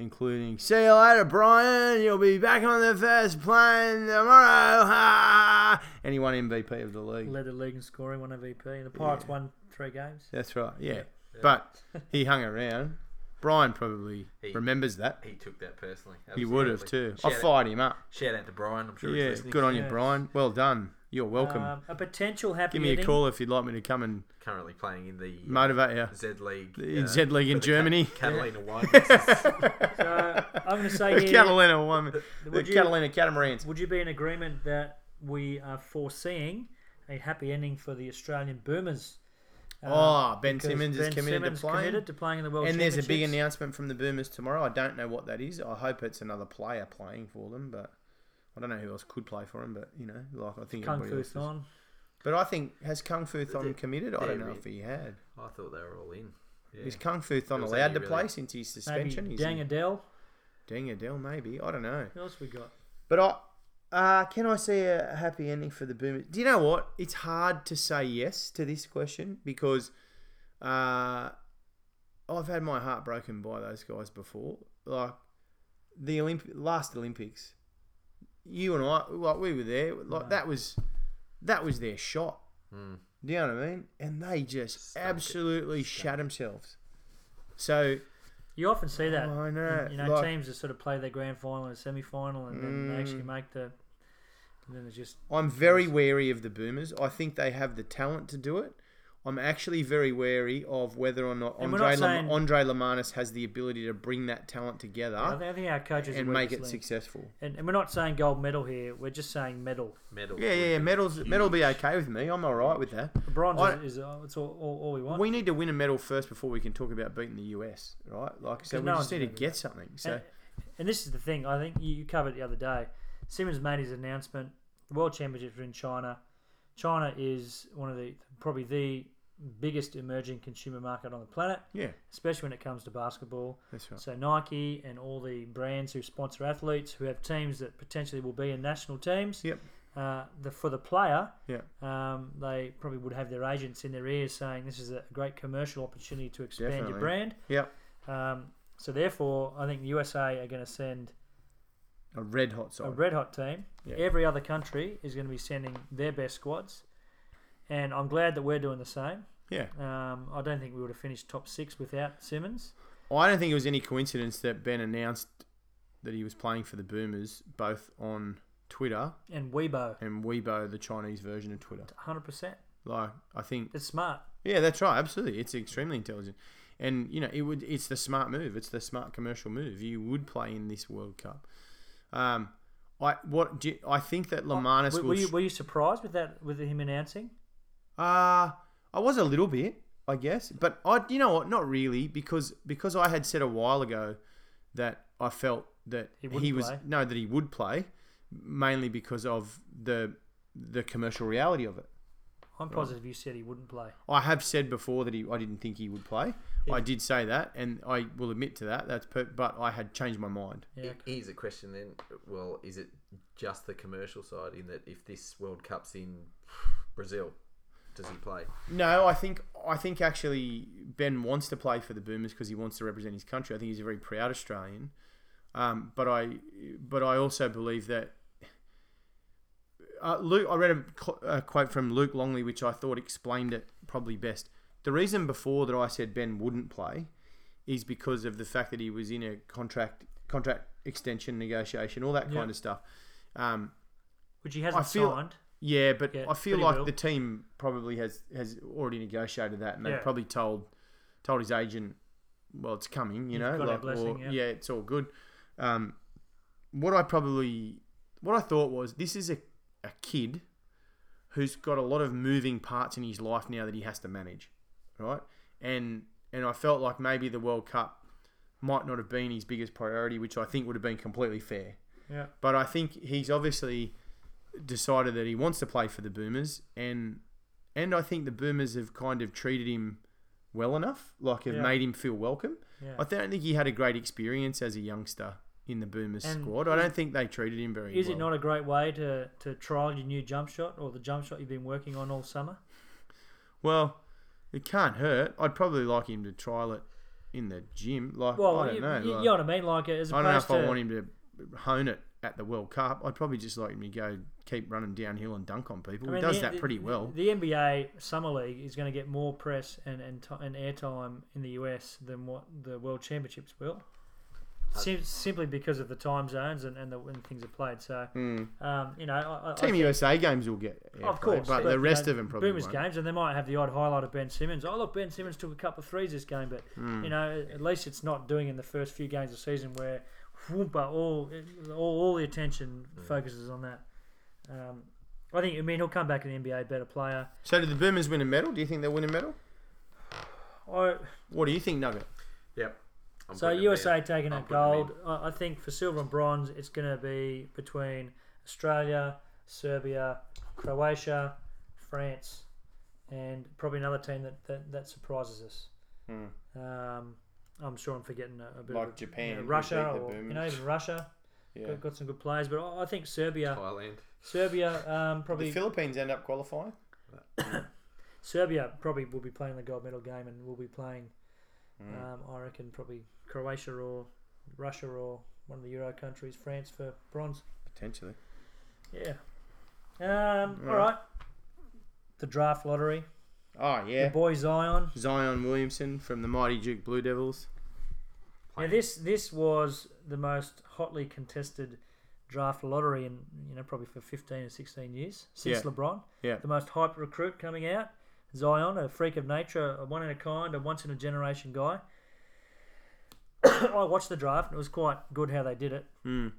S3: Including, see you later, Brian. You'll be back on the first plane tomorrow. Ha! And he won MVP of the league.
S2: Led the league in scoring, one MVP, and the Pirates won three games.
S3: That's right. Yeah. But he hung around. Brian probably
S4: He-
S3: remembers that.
S4: He took that personally.
S3: He would have too.
S4: Absolutely.
S3: I
S4: Shout,
S3: fired him up.
S4: out, shout out to Brian. I'm sure
S3: yeah.
S4: he's listening.
S3: Good on you,
S2: Yeah.
S3: Brian. Well done. You're welcome.
S2: Um, a potential happy
S3: Give me
S2: ending.
S3: a call if you'd like me to come and
S4: Currently playing in the uh,
S3: motivate you.
S4: Z League. uh,
S3: In Z League in
S4: for the
S3: Germany.
S4: Cat- Catalina Wine. versus-
S2: So I'm going to say
S3: The
S2: here,
S3: Catalina woman. The
S2: Would you-
S3: Catalina Catamarans.
S2: would you be in agreement that we are foreseeing a happy ending for the Australian Boomers?
S3: Oh, Ben
S2: because
S3: Simmons
S2: ben
S3: is committed
S2: Simmons
S3: to playing.
S2: committed to playing in the World
S3: and there's a big
S2: Championships.
S3: announcement from the Boomers tomorrow. I don't know what that is. I hope it's another player playing for them, but I don't know who else could play for him. But you know, like I think
S2: Kung
S3: everybody
S2: Fu
S3: else is-
S2: Thon.
S3: But I think has Kung Fu Thon committed? I don't
S4: they're
S3: know
S4: in.
S3: if he had.
S4: I thought they were all in. Yeah.
S3: Is Kung Fu Thon
S4: It was
S3: allowed
S4: only
S3: to
S4: really-
S3: play since his
S2: Maybe
S3: suspension? Is
S2: Dang
S3: he-
S2: Adele.
S3: Dang Adele, maybe. I don't know.
S2: Who else we got?
S3: But I. Uh, can I see a happy ending for the Boomers? Do you know what? It's hard to say yes to this question because uh, I've had my heart broken by those guys before. Like the Olymp- last Olympics, you and I, like we were there, like that was that was their shot. Do you know what I mean? And they just
S4: Stunk Hmm. it.
S3: absolutely shat themselves. So
S2: You often see that.
S3: I know,
S2: You know,
S3: like-
S2: teams that sort of play their grand final and semi final and then they
S3: Mm.
S2: actually make the. And then it's just.
S3: I'm very wary of the boomers. I think they have the talent to do it. I'm actually very wary of whether or not
S2: And
S3: Andre,
S2: we're
S3: Lam-
S2: not saying-
S3: Andre Lamanis has the ability to bring that talent together
S2: I, think, I think our coaches are
S3: and
S2: weak
S3: make
S2: as
S3: it
S2: link.
S3: successful.
S2: And, and we're not saying gold medal here. We're just saying medal.
S4: Medal.
S3: Yeah, yeah, yeah. Medals, medal will be okay with me. I'm all right with that.
S2: Bronze
S3: I-
S2: is, is uh, it's all, all, all we want.
S3: We need to win a medal first before we can talk about beating the US, right? Like I said, we
S2: no
S3: just
S2: one's
S3: need to
S2: gonna do
S3: get something. So
S2: and, and this is the thing. I think you you covered it the other day. Simmons made his announcement. The World Championships are in China. China is one of the probably the biggest emerging consumer market on the planet,
S3: yeah,
S2: especially when it comes to basketball.
S3: that's right.
S2: So Nike and all the brands who sponsor athletes who have teams that potentially will be in national teams.
S3: Yep.
S2: Uh, the, for the player,
S3: Yeah,
S2: um, they probably would have their agents in their ears saying this is a great commercial opportunity to expand
S3: Definitely.
S2: your brand.
S3: yeah.
S2: Um, so therefore, I think the USA are going to send
S3: A red hot side.
S2: a red hot team.
S3: Yeah.
S2: Every other country is going to be sending their best squads, and I'm glad that we're doing the same.
S3: yeah.
S2: Um, I don't think we would have finished top six without Simmons.
S3: I don't think it was any coincidence that Ben announced that he was playing for the Boomers both on Twitter
S2: And Weibo,
S3: and Weibo, the Chinese version of Twitter.
S2: 100%.
S3: Like, I think,
S2: It's smart.
S3: yeah, that's right. Absolutely, it's extremely intelligent, and you know, it would. It's the smart move. It's the smart commercial move. You would play in this World Cup. Um, I what do you, I think that Lamanis
S2: Were,
S3: will.
S2: were you,
S3: sh-
S2: were you surprised with that with him announcing?
S3: Uh, I was a little bit, I guess, but I, you know what, not really, because because I had said a while ago that I felt that he,
S2: He wouldn't
S3: was
S2: play.
S3: no that he would play, mainly because of the the commercial reality of it.
S2: I'm positive you said he wouldn't play.
S3: I have said before that he, I didn't think he would play. I did say that, and I will admit to that. That's per, but I had changed my mind.
S2: Yeah.
S4: He- Here's a question then. Well, is it just the commercial side in that if this World Cup's in Brazil, does he play?
S3: No, I think I think actually Ben wants to play for the Boomers because he wants to represent his country. I think he's a very proud Australian. Um, but I but I also believe that uh, Luke. I read a, cl- a quote from Luke Longley, which I thought explained it probably best. The reason before that I said Ben wouldn't play is because of the fact that he was in a contract contract extension negotiation, all that kind
S2: Yeah.
S3: of stuff. Um,
S2: Which he hasn't
S3: feel-
S2: signed.
S3: yeah, but
S2: Yeah,
S3: I feel
S2: but he
S3: like
S2: will.
S3: the team probably has has already negotiated that, and
S2: Yeah.
S3: they've probably told told his agent, "Well, it's coming," you
S2: You've
S3: know,
S2: got our
S3: like,
S2: blessing,
S3: or,
S2: yeah.
S3: it's all good. Um, what I probably what I thought was this is a a kid who's got a lot of moving parts in his life now that he has to manage, right? And and I felt like maybe the World Cup might not have been his biggest priority, which I think would have been completely fair.
S2: Yeah.
S3: But I think he's obviously decided that he wants to play for the Boomers, and and I think the Boomers have kind of treated him well enough, like have
S2: Yeah.
S3: made him feel welcome.
S2: Yeah.
S3: I don't think he had a great experience as a youngster in the Boomers
S2: And
S3: squad. I don't think they treated him very
S2: Is
S3: well.
S2: it not a great way to, to trial your new jump shot or the jump shot you've been working on all summer?
S3: well, it can't hurt. I'd probably like him to trial it in the gym. Like
S2: Well,
S3: I don't
S2: you,
S3: know.
S2: you,
S3: like-
S2: you know what I mean. Like as
S3: I don't know if
S2: opposed
S3: I
S2: to
S3: want him to hone it at the World Cup. I'd probably just like him to go keep running downhill and dunk on people.
S2: I mean,
S3: he does
S2: the-
S3: that
S2: the-
S3: pretty well.
S2: The NBA summer league is going to get more press and and, ti and airtime in the US than what the World Championships will, Sim- simply because of the time zones and and the, when things are played. So, um, you know, I, I, I
S3: Hmm. Team USA games will get, airplay,
S2: Of course,
S3: but, the
S2: you
S3: rest
S2: know,
S3: of them probably
S2: Boomers
S3: won't.
S2: games, and they might have the odd highlight of Ben Simmons. Oh look, Ben Simmons took a couple of threes this game, but
S3: Hmm.
S2: you know, at least it's not doing in the first few games of the season where whoompa, all, all all the attention focuses on that. Um, I think I mean he'll come back an NBA better player.
S3: So, did the Boomers win a medal? Do you think they'll win a medal?
S2: I,
S3: What do you think, Nugget?
S4: Yep. I'm
S2: so
S4: putting him
S2: USA
S4: in.
S2: taking
S4: I'm
S2: up
S4: putting him in.
S2: gold. I, I think for silver and bronze, it's going to be between Australia, Serbia, Croatia, France, and probably another team that that, that surprises us. Um, I'm sure I'm forgetting a, a bit.
S3: Hmm. Like
S2: of,
S3: Japan,
S2: you know,
S3: who
S2: Russia,
S3: beat the
S2: or you know
S3: Boomers.
S2: even Russia.
S3: Yeah.
S2: Got, got some good players, but I, I think Serbia,
S4: Thailand.
S2: Serbia, um,
S3: The
S2: probably
S3: Philippines end up qualifying.
S2: Serbia probably will be playing the gold medal game, and will be playing.
S3: Mm.
S2: Um, I reckon probably Croatia or Russia or one of the Euro countries, France for bronze.
S3: Potentially.
S2: Yeah. Um, All right. The draft lottery.
S3: Oh
S2: The
S3: yeah,
S2: boy Zion.
S3: Zion Williamson from the Mighty Duke Blue Devils.
S2: Now this this was the most hotly contested draft lottery in you know probably for 15 or 16 years since
S3: Yeah.
S2: LeBron.
S3: Yeah.
S2: The most hyped recruit coming out, Zion, a freak of nature, a one in a kind, a once in a generation guy. I watched the draft and it was quite good how they did it.
S3: Mm.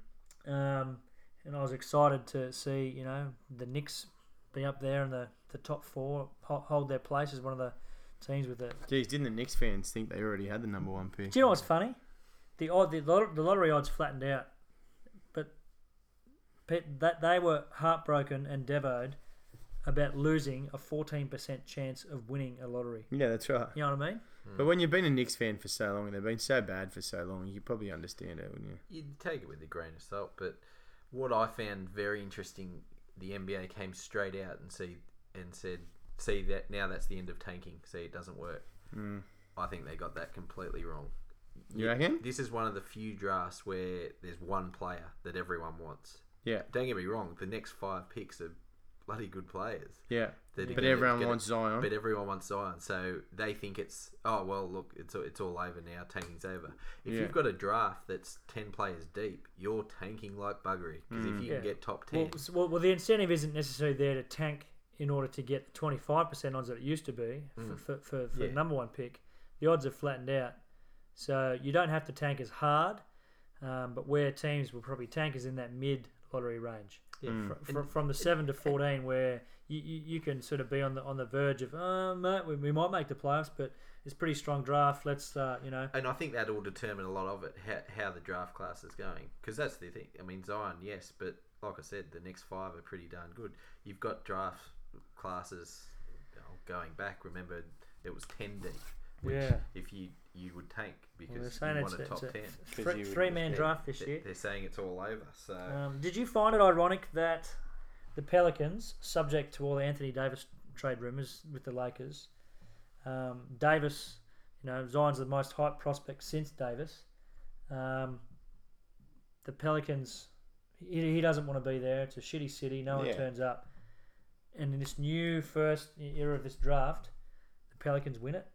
S2: Um, and I was excited to see you know the Knicks be up there in the, the top four, ho- hold their place as one of the teams with the
S3: Geez, didn't the Knicks fans think they already had the number one pick?
S2: do you know what's funny? The odd, the, lot, the lottery odds flattened out, but pe- that they were heartbroken and devoed about losing a fourteen percent chance of winning a lottery.
S3: Yeah, that's right.
S2: You know what Hmm. I mean?
S3: But when you've been a Knicks fan for so long and they've been so bad for so long, you probably understand it, wouldn't you?
S4: you take it with a grain of salt. But what I found very interesting, the NBA came straight out and see and said, "See that now that's the end of tanking. See it doesn't work." I think they got that completely wrong.
S3: You reckon?
S4: This is one of the few drafts where there's one player that everyone wants.
S3: Yeah,
S4: Don't get me wrong; the next five picks are bloody good players.
S3: yeah.
S4: They're
S3: But
S4: gonna-
S3: everyone
S4: gonna-
S3: wants Zion.
S4: But everyone wants Zion, so they think it's oh well. Look, it's it's all over now. Tanking's over. If
S3: Yeah.
S4: you've got a draft that's ten players deep, you're tanking like buggery because if you
S2: Yeah.
S4: can get top ten,
S2: Mm. Well, s- well, well, the incentive isn't necessarily there to tank in order to get the twenty five percent odds that it used to be for
S3: Mm.
S2: for, for, for
S4: Yeah.
S2: number one pick. The odds have flattened out, so you don't have to tank as hard. Um, but where teams will probably tank is in that mid lottery range.
S4: Yeah.
S2: Fr- fr- from the seven to fourteen, where you, you, you can sort of be on the on the verge of, oh, mate, we, we might make the playoffs, but it's pretty strong draft. Let's uh, you know,
S4: and I think that will determine a lot of it how, how the draft class is going because that's the thing. I mean, Zion, yes, but like I said, the next five are pretty darn good. You've got draft classes you know, going back. Remember, it was ten deep. Which
S2: Yeah.
S4: If you you would tank because
S2: they're saying
S4: you
S2: it's,
S4: want a
S2: it's
S4: top
S2: a
S4: ten.
S3: Because you would
S2: three man
S4: They're-
S2: draft this
S4: they're-
S2: year.
S4: They're saying it's all over. So
S2: Um, did you find it ironic that the Pelicans, subject to all the Anthony Davis trade rumors with the Lakers, um, Davis, you know, Zion's the most hyped prospect since Davis. Um, the Pelicans, he, he doesn't want to be there. It's a shitty city. No one
S3: Yeah.
S2: turns up. And in this new first era of this draft, the Pelicans win it.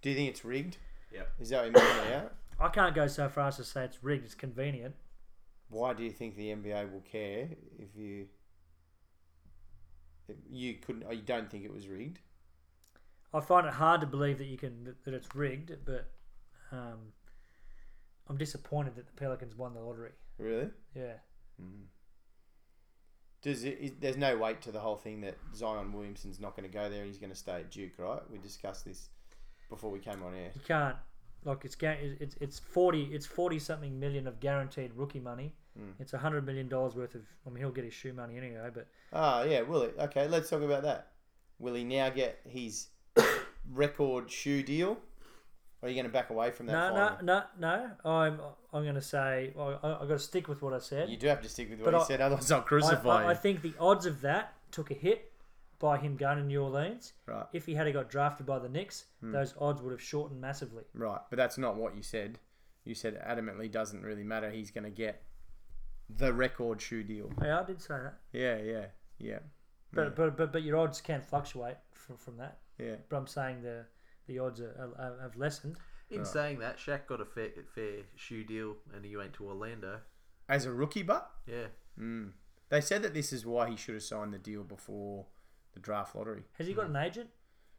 S3: Do you think it's rigged?
S4: Yep.
S3: Is that what you mean by that?
S2: I can't go so far as to say it's rigged. It's convenient.
S3: Why do you think the NBA will care if you if you couldn't? You don't think it was rigged?
S2: I find it hard to believe that you can that- that it's rigged, but um, I'm disappointed that the Pelicans won the lottery.
S3: Really?
S2: Yeah,
S3: Does it, is, there's no weight to the whole thing that Zion Williamson's not going to go there and he's going to stay at Duke, right? We discussed this before we came on air.
S2: you can't. Like it's gar- it- it's it's forty it's forty something million of guaranteed rookie money.
S3: Hmm.
S2: It's a hundred million dollars worth of. I mean, he'll get his shoe money anyway, but
S3: Ah, yeah, will it? Okay, let's talk about that. Will he now get his record shoe deal? Or are you going to back away from that?
S2: no, no,
S3: final?
S2: no, no. I'm I'm going to say well, I I got to stick with what I said.
S3: You do have to stick with what
S2: But
S3: you
S2: I-
S3: said, otherwise I'll
S2: I,
S3: crucify
S2: I, I
S3: you.
S2: think the odds of that took a hit by him going to New Orleans.
S3: Right. Hmm.
S2: If he had got drafted by the Knicks, those odds would have shortened massively.
S3: Right, but that's not what you said. You said adamantly doesn't really matter. He's going to get the record shoe deal.
S2: Yeah, I did say that.
S3: Yeah, yeah, yeah,
S2: But but, but but your odds can fluctuate from, from that.
S3: yeah.
S2: But I'm saying the the odds are, are, have lessened.
S4: in saying that, Shaq got a fair, fair shoe deal, and he went to Orlando.
S3: As a rookie, but
S4: Yeah,
S3: they said that this is why he should have signed the deal before the draft lottery.
S2: Has he got an agent?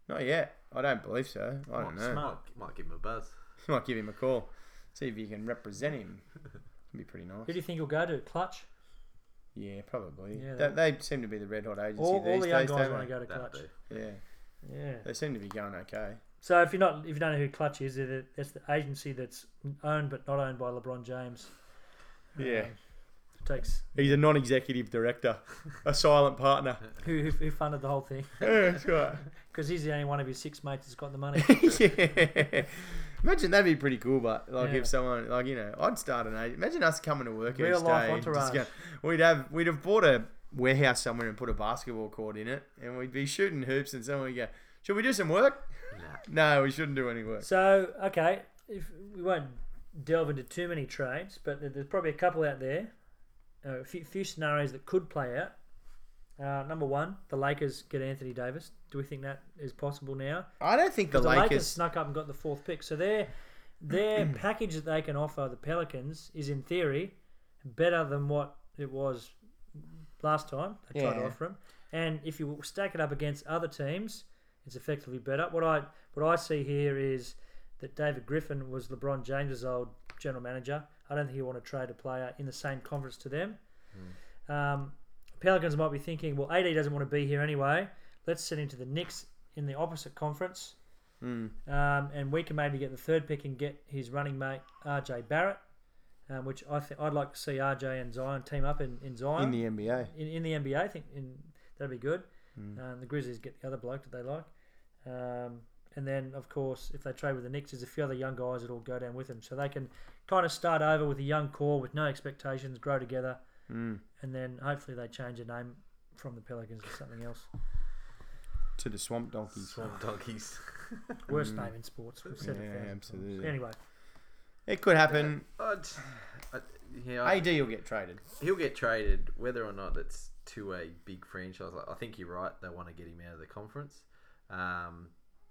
S3: Not yet. I don't believe so. I don't
S4: might,
S3: know.
S4: might- might give him a buzz.
S3: Might give him a call. See if you can represent him. It'd be pretty nice.
S2: Who do you think he'll go to? Clutch?
S3: Yeah, probably.
S2: Yeah,
S3: They- they, seem to be the red hot agency
S2: All,
S3: these
S2: all the young
S3: days,
S2: guys
S3: don't
S2: want to
S3: they?
S2: go to
S4: That'd
S2: Clutch.
S4: do.
S3: Yeah,
S2: Yeah.
S3: they seem to be going okay.
S2: So if you're not if you don't know who Clutch is, it- it- it's the agency that's owned but not owned by LeBron James.
S3: Yeah,
S2: It takes
S3: he's a non-executive director, a silent partner.
S2: who, who who funded the whole thing
S3: yeah, that's right.
S2: because he's the only one of his six mates that's got the money.
S3: yeah. Imagine that'd be pretty cool, but like
S2: Yeah.
S3: if someone like you know, I'd start an agent. Imagine us coming to work
S2: Real
S3: each
S2: life
S3: day. and
S2: entourage.
S3: go- we'd have we'd have bought a warehouse somewhere and put a basketball court in it, and we'd be shooting hoops, and someone would go, "Should we do some work?"
S4: Nah.
S3: No, we shouldn't do any work.
S2: So okay, if we won't delve into too many trades, but there- there's probably a couple out there uh, a few, few scenarios that could play out. Uh, number one, the Lakers get Anthony Davis. Do we think that is possible now?
S3: I don't think the,
S2: The Lakers,
S3: Lakers.
S2: snuck up and got the fourth pick, so their their package that they can offer the Pelicans is in theory better than what it was last time they tried to
S3: Yeah.
S2: offer them. And if you stack it up against other teams, it's effectively better. What I what I see here is that David Griffin was LeBron James's old general manager. I don't think he want to trade a player in the same conference to them. Um, Pelicans might be thinking, well, AD doesn't want to be here anyway. Let's send him to the Knicks in the opposite conference, um, and we can maybe get the third pick and get his running mate RJ Barrett, um, which I th- I'd like to see RJ and Zion team up in, in Zion
S3: in the NBA.
S2: in, in the NBA. I think in, that'd be good.
S3: Mm.
S2: Um, the Grizzlies get the other bloke that they like, um, and then of course if they trade with the Knicks, there's a few other young guys that'll go down with them, so they can kind of start over with a young core with no expectations, grow together,
S3: Mm.
S2: and then hopefully they change the name from the Pelicans to something else.
S3: To the Swamp Donkeys.
S4: Swamp donkeys.
S2: Worst name in sports. We've said it
S3: Mm. Yeah,
S2: a thousand
S3: absolutely.
S2: times. Anyway,
S3: It could happen.
S4: I'd, I, yeah, I-
S3: AD will get traded.
S4: he'll get traded whether or not it's to a big franchise. Like, I think you're right. They want to get him out of the conference. Um,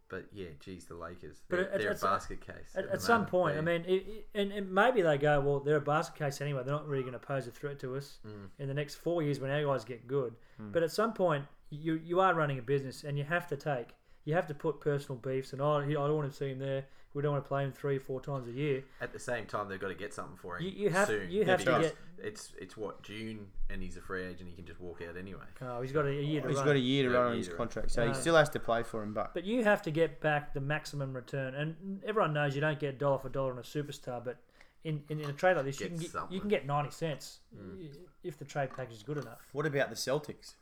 S4: but yeah, geez, the Lakers.
S2: But
S4: They're,
S2: at-
S4: they're
S2: at-
S4: a basket case.
S2: at,
S4: the
S2: at some
S4: moment.
S2: point,
S4: They-
S2: I mean, it, it, and, and maybe they go, well, they're a basket case anyway. They're not really going to pose a threat to us
S3: Mm.
S2: in the next four years when our guys get good. But at some point, you you are running a business and you have to take, you have to put personal beefs and, oh, he- I don't want to see him there. We don't want to play him three or four times a year.
S4: at the same time, they've got to get something for him.
S2: You- you have-
S4: soon,
S2: you have
S3: to
S4: because
S2: get-
S4: It's it's what June, and he's a free agent. He can just walk out anyway.
S2: Oh, he's got a, year to
S3: He's
S2: run.
S3: got a year to
S4: Yeah,
S3: run on
S4: year
S3: his
S4: to run.
S3: contract, so
S2: Uh,
S3: he still has to play for him. But
S2: But you have to get back the maximum return, and everyone knows you don't get dollar for dollar on a superstar. But in, in, in a trade like this, you
S4: Get
S2: can get, you
S4: something.
S2: can get ninety cents
S3: Mm.
S2: i- if the trade package is good enough.
S3: what about the Celtics?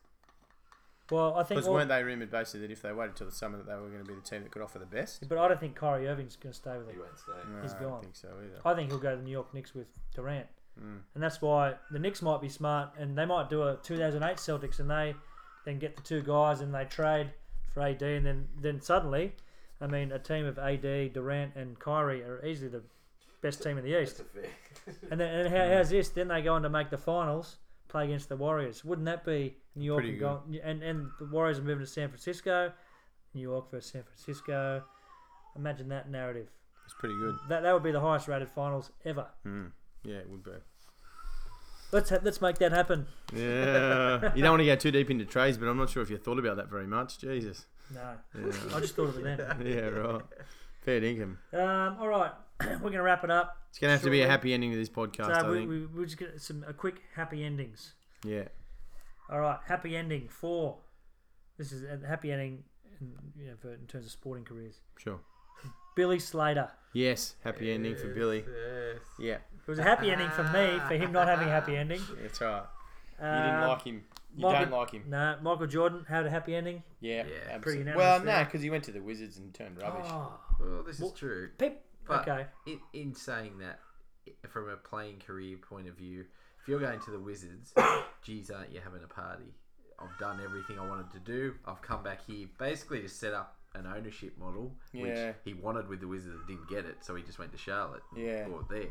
S2: Well, I think,
S3: Because
S2: all-
S3: weren't they rumoured basically that if they waited till the summer that they were going to be the team that could offer the best?
S2: but I don't think Kyrie Irving's going to stay with
S4: He
S2: them.
S4: won't stay.
S3: No,
S2: He's
S3: I
S2: gone. Oh.
S3: don't think so either.
S2: I think he'll go to the New York Knicks with Durant, and that's why the Knicks might be smart and they might do a 2008 Celtics and they then get the two guys and they trade for AD and then then suddenly, I mean, a team of AD, Durant, and Kyrie are easily the best team in the East.
S4: That's a fair.
S2: And then and how, how's this? Then they go on to make the finals, play against the Warriors. Wouldn't that be New York
S3: Pretty
S2: and, go, and and the Warriors are moving to San Francisco, New York versus San Francisco. Imagine that narrative.
S3: It's pretty good. Hmm.
S2: That that would be the highest rated finals ever.
S3: Yeah, it would be.
S2: Let's ha- let's make that happen.
S3: Yeah. you don't want to go too deep into trades, but I'm not sure if you thought about that very much. Jesus.
S2: No,
S3: Yeah,
S2: I just thought of it then.
S3: yeah right. Fair dinkum.
S2: Um, all right, we're gonna wrap it up.
S3: It's going to have to be a
S2: Surely.
S3: happy ending to this podcast,
S2: so
S3: I
S2: we,
S3: think.
S2: we we just get some a quick happy endings.
S3: Yeah.
S2: All right, happy ending for this is a happy ending, in, you know, for, in terms of sporting careers.
S3: Sure.
S2: Billy Slater.
S3: Yes, happy ending for Billy.
S4: Yes.
S3: Yeah,
S2: It was a happy ending for me, for him not having a happy ending.
S3: that's right. You
S2: Um,
S3: didn't like him. You
S2: Michael-
S3: don't like him.
S2: No, Michael Jordan had a happy ending.
S3: Yeah,
S4: Yeah.
S3: absolutely.
S2: Pretty unanimous
S3: Well, no,
S2: there.
S3: because he went to the Wizards and turned rubbish.
S2: Oh,
S4: Well, this is true.
S2: peep.
S4: But
S2: okay.
S4: in, in saying that, i- from a playing career point of view, if you're going to the Wizards, geez, aren't you having a party? I've done everything I wanted to do. I've come back here basically to set up an ownership model,
S3: Yeah.
S4: which he wanted with the Wizards and didn't get it, so he just went to Charlotte and
S3: Yeah.
S4: bought there.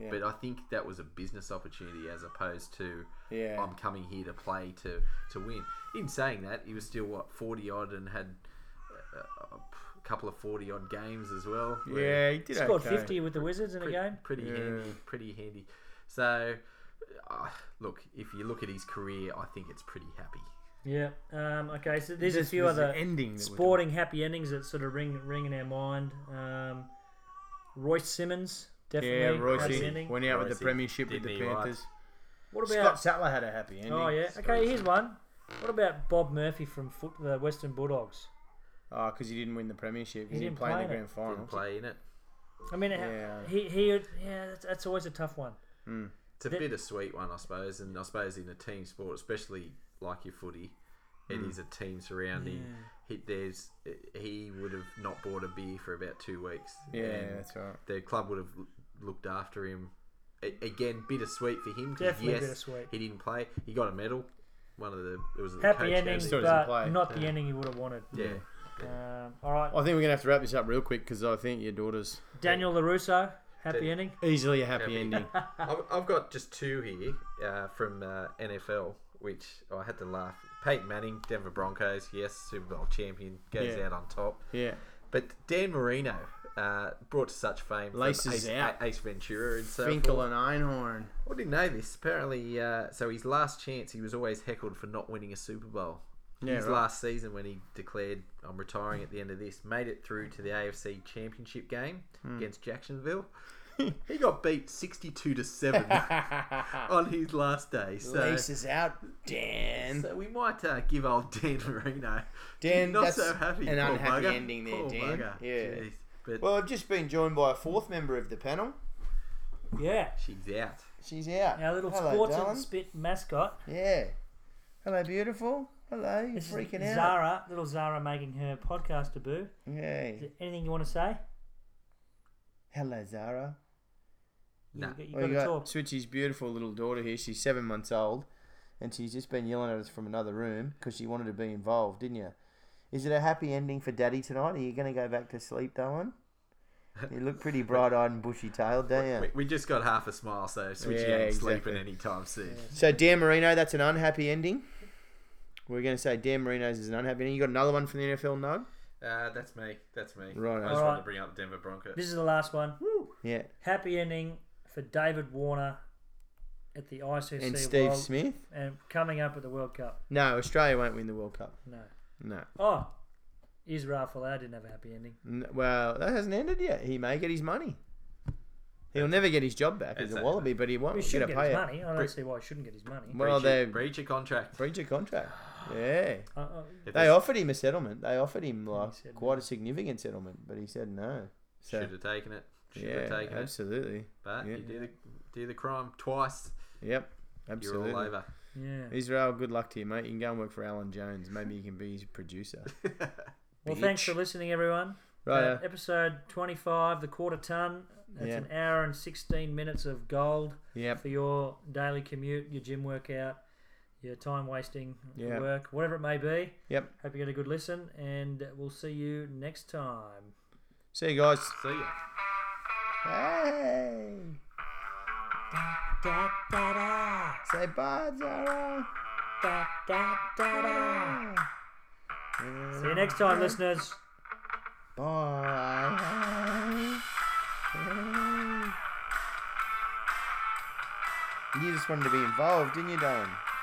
S3: Yeah.
S4: But I think that was a business opportunity as opposed to
S3: Yeah.
S4: I'm coming here to play to, to win. In saying that, he was still what forty odd and had a, a couple of forty odd games as well. where-
S3: yeah, he did
S2: Scored
S3: okay.
S2: 50 with the Wizards in a
S4: Pre-
S2: game.
S4: Pretty
S3: Yeah.
S4: handy, pretty handy. So, uh, look, if you look at his career, I think it's pretty happy.
S2: Yeah. Um, okay, so there's a
S3: This
S2: few
S3: was the
S2: other
S3: ending that we're
S2: sporting happy endings that sort of ring ring in our mind. Um, Royce Simmons, definitely.
S3: Yeah,
S2: happy
S3: Royce
S2: ending.
S3: went out with
S4: Royce
S3: the premiership with
S4: did
S3: the
S4: me right.
S3: Panthers.
S2: What
S3: Scott
S2: about?
S3: Sattler had a happy ending.
S2: Oh yeah. Okay, here's one. What about Bob Murphy from foot, the Western Bulldogs?
S3: Oh, because he didn't win the premiership. He,
S2: didn't
S3: didn't play in
S2: play
S3: the
S2: in
S3: grand final.
S4: Didn't play in it.
S2: I mean,
S3: Yeah.
S2: he he yeah, that's, that's always a tough one.
S4: It's a
S2: Th-
S4: bittersweet one, I suppose, and I suppose in a team sport, especially like your footy, it
S2: Hmm.
S4: is a team surrounding. He, there's he would have not bought a beer for about two weeks.
S3: Yeah,
S4: and
S3: that's right.
S4: the club would have l- looked after him. A- Again, bittersweet for him. 'cause
S2: Definitely
S4: yes,
S2: bittersweet.
S4: He didn't play. He got a medal. One of the it was the
S2: Happy
S4: coach
S2: ending,
S4: gave
S3: Still
S4: him-
S3: doesn't
S2: but
S3: play.
S2: not the ending you would have wanted.
S4: Yeah.
S2: Um, all right,
S3: I think we're gonna have to wrap this up real quick because I think your daughter's
S2: Daniel Larusso. Happy ending.
S3: Easily a happy,
S4: Happy.
S3: ending.
S4: I've, I've got just two here uh, from uh, NFL, which oh, I had to laugh. Peyton Manning, Denver Broncos, yes, Super Bowl champion, goes
S3: Yeah.
S4: out on top.
S3: Yeah.
S4: But Dan Marino, uh, brought to such fame, from
S3: Laces
S4: Ace,
S3: out.
S4: Ace Ventura and so
S3: Finkel
S4: forth.
S3: and Einhorn.
S4: I didn't know this. Apparently, uh, so his last chance, he was always heckled for not winning a Super Bowl.
S3: Yeah,
S4: his
S3: right.
S4: last season, when he declared, "I'm retiring at the end of this," made it through to the AFC Championship game
S3: Hmm.
S4: against Jacksonville. he got beat 62 to seven on his last day. So,
S3: Laces out, Dan.
S4: so we might uh, give old Dan Marino.
S3: Dan,
S4: not
S3: that's
S4: so happy.
S3: an
S4: Poor
S3: unhappy
S4: bugger.
S3: ending there,
S4: Poor
S3: Dan.
S4: bugger.
S3: Yeah.
S4: Jeez. But
S3: Well, I've just been joined by a fourth member of the panel.
S2: Yeah.
S4: she's out.
S3: She's out.
S2: Our little
S3: Hello,
S2: sports
S3: darling.
S2: and spit mascot.
S3: Yeah. Hello, beautiful. Hello, you're
S2: This is
S3: freaking out.
S2: Zara, little Zara making her podcast debut.
S3: Yay.
S2: Is there anything you want to say?
S3: Hello, Zara.
S4: Nah.
S2: You, you
S3: Well, you
S2: got to
S3: got
S2: talk.
S3: Switchy's beautiful little daughter here. She's seven months old, and she's just been yelling at us from another room because she wanted to be involved, didn't you? Is it a happy ending for Daddy tonight? Are you going to go back to sleep, darling? You look pretty bright-eyed and bushy-tailed, don't you?
S4: We, we just got half a smile, so switching
S3: Yeah,
S4: ain't
S3: exactly.
S4: sleeping anytime soon.
S3: So Dan Marino, that's an unhappy ending. We're going to say Dan Marino's is an unhappy ending. You got another one from the NFL, no?
S4: Uh, that's me. That's me.
S3: Right.
S4: I just
S2: Alright.
S4: wanted to bring up the Denver Broncos.
S2: This is the last one.
S3: Yeah.
S2: Happy ending for David Warner at the ICC
S3: And Steve
S2: World
S3: Smith.
S2: and coming up at the World Cup.
S3: No, Australia won't win the World Cup.
S2: No.
S3: No.
S2: Oh, Israel Folau didn't have a happy ending.
S3: N- Well, that hasn't ended yet. He may get his money. He'll never get his job back as a
S4: Exactly.
S3: wallaby, but he won't
S2: He
S3: get
S2: should
S3: a
S2: get his
S3: payout.
S2: money. I don't see why he shouldn't get his money.
S3: Well,
S4: breach
S3: they
S4: a, breach a contract.
S3: breach a contract. Yeah.
S2: I, I,
S4: If
S3: They
S4: it's-
S3: offered him a settlement. They offered him like
S2: said
S3: quite a significant settlement, but he said no. So
S4: should have taken it. Should
S3: yeah,
S4: have taken it.
S3: absolutely.
S4: But
S3: yeah.
S4: you do the do the crime twice.
S3: Yep, absolutely.
S4: You're all over.
S2: yeah.
S3: Israel, good luck to you, mate. You can go and work for Alan Jones. Maybe you can be his producer.
S2: Well, thanks
S3: bitch.
S2: for listening, everyone.
S3: Right.
S2: Uh, episode 25, the quarter ton. That's
S3: Yeah.
S2: an hour and 16 minutes of gold
S3: yep.
S2: for your daily commute, your gym workout, your time wasting
S3: Yeah.
S2: work, whatever it may be.
S3: Yep.
S2: Hope you get a good listen, and we'll see you next time.
S3: See you guys.
S4: See ya.
S3: Hey.
S2: Da, da, da,
S3: Say bye, Zara.
S2: da, da, da, da. See you next time, listeners.
S3: Bye. You just wanted to be involved, didn't you, darling?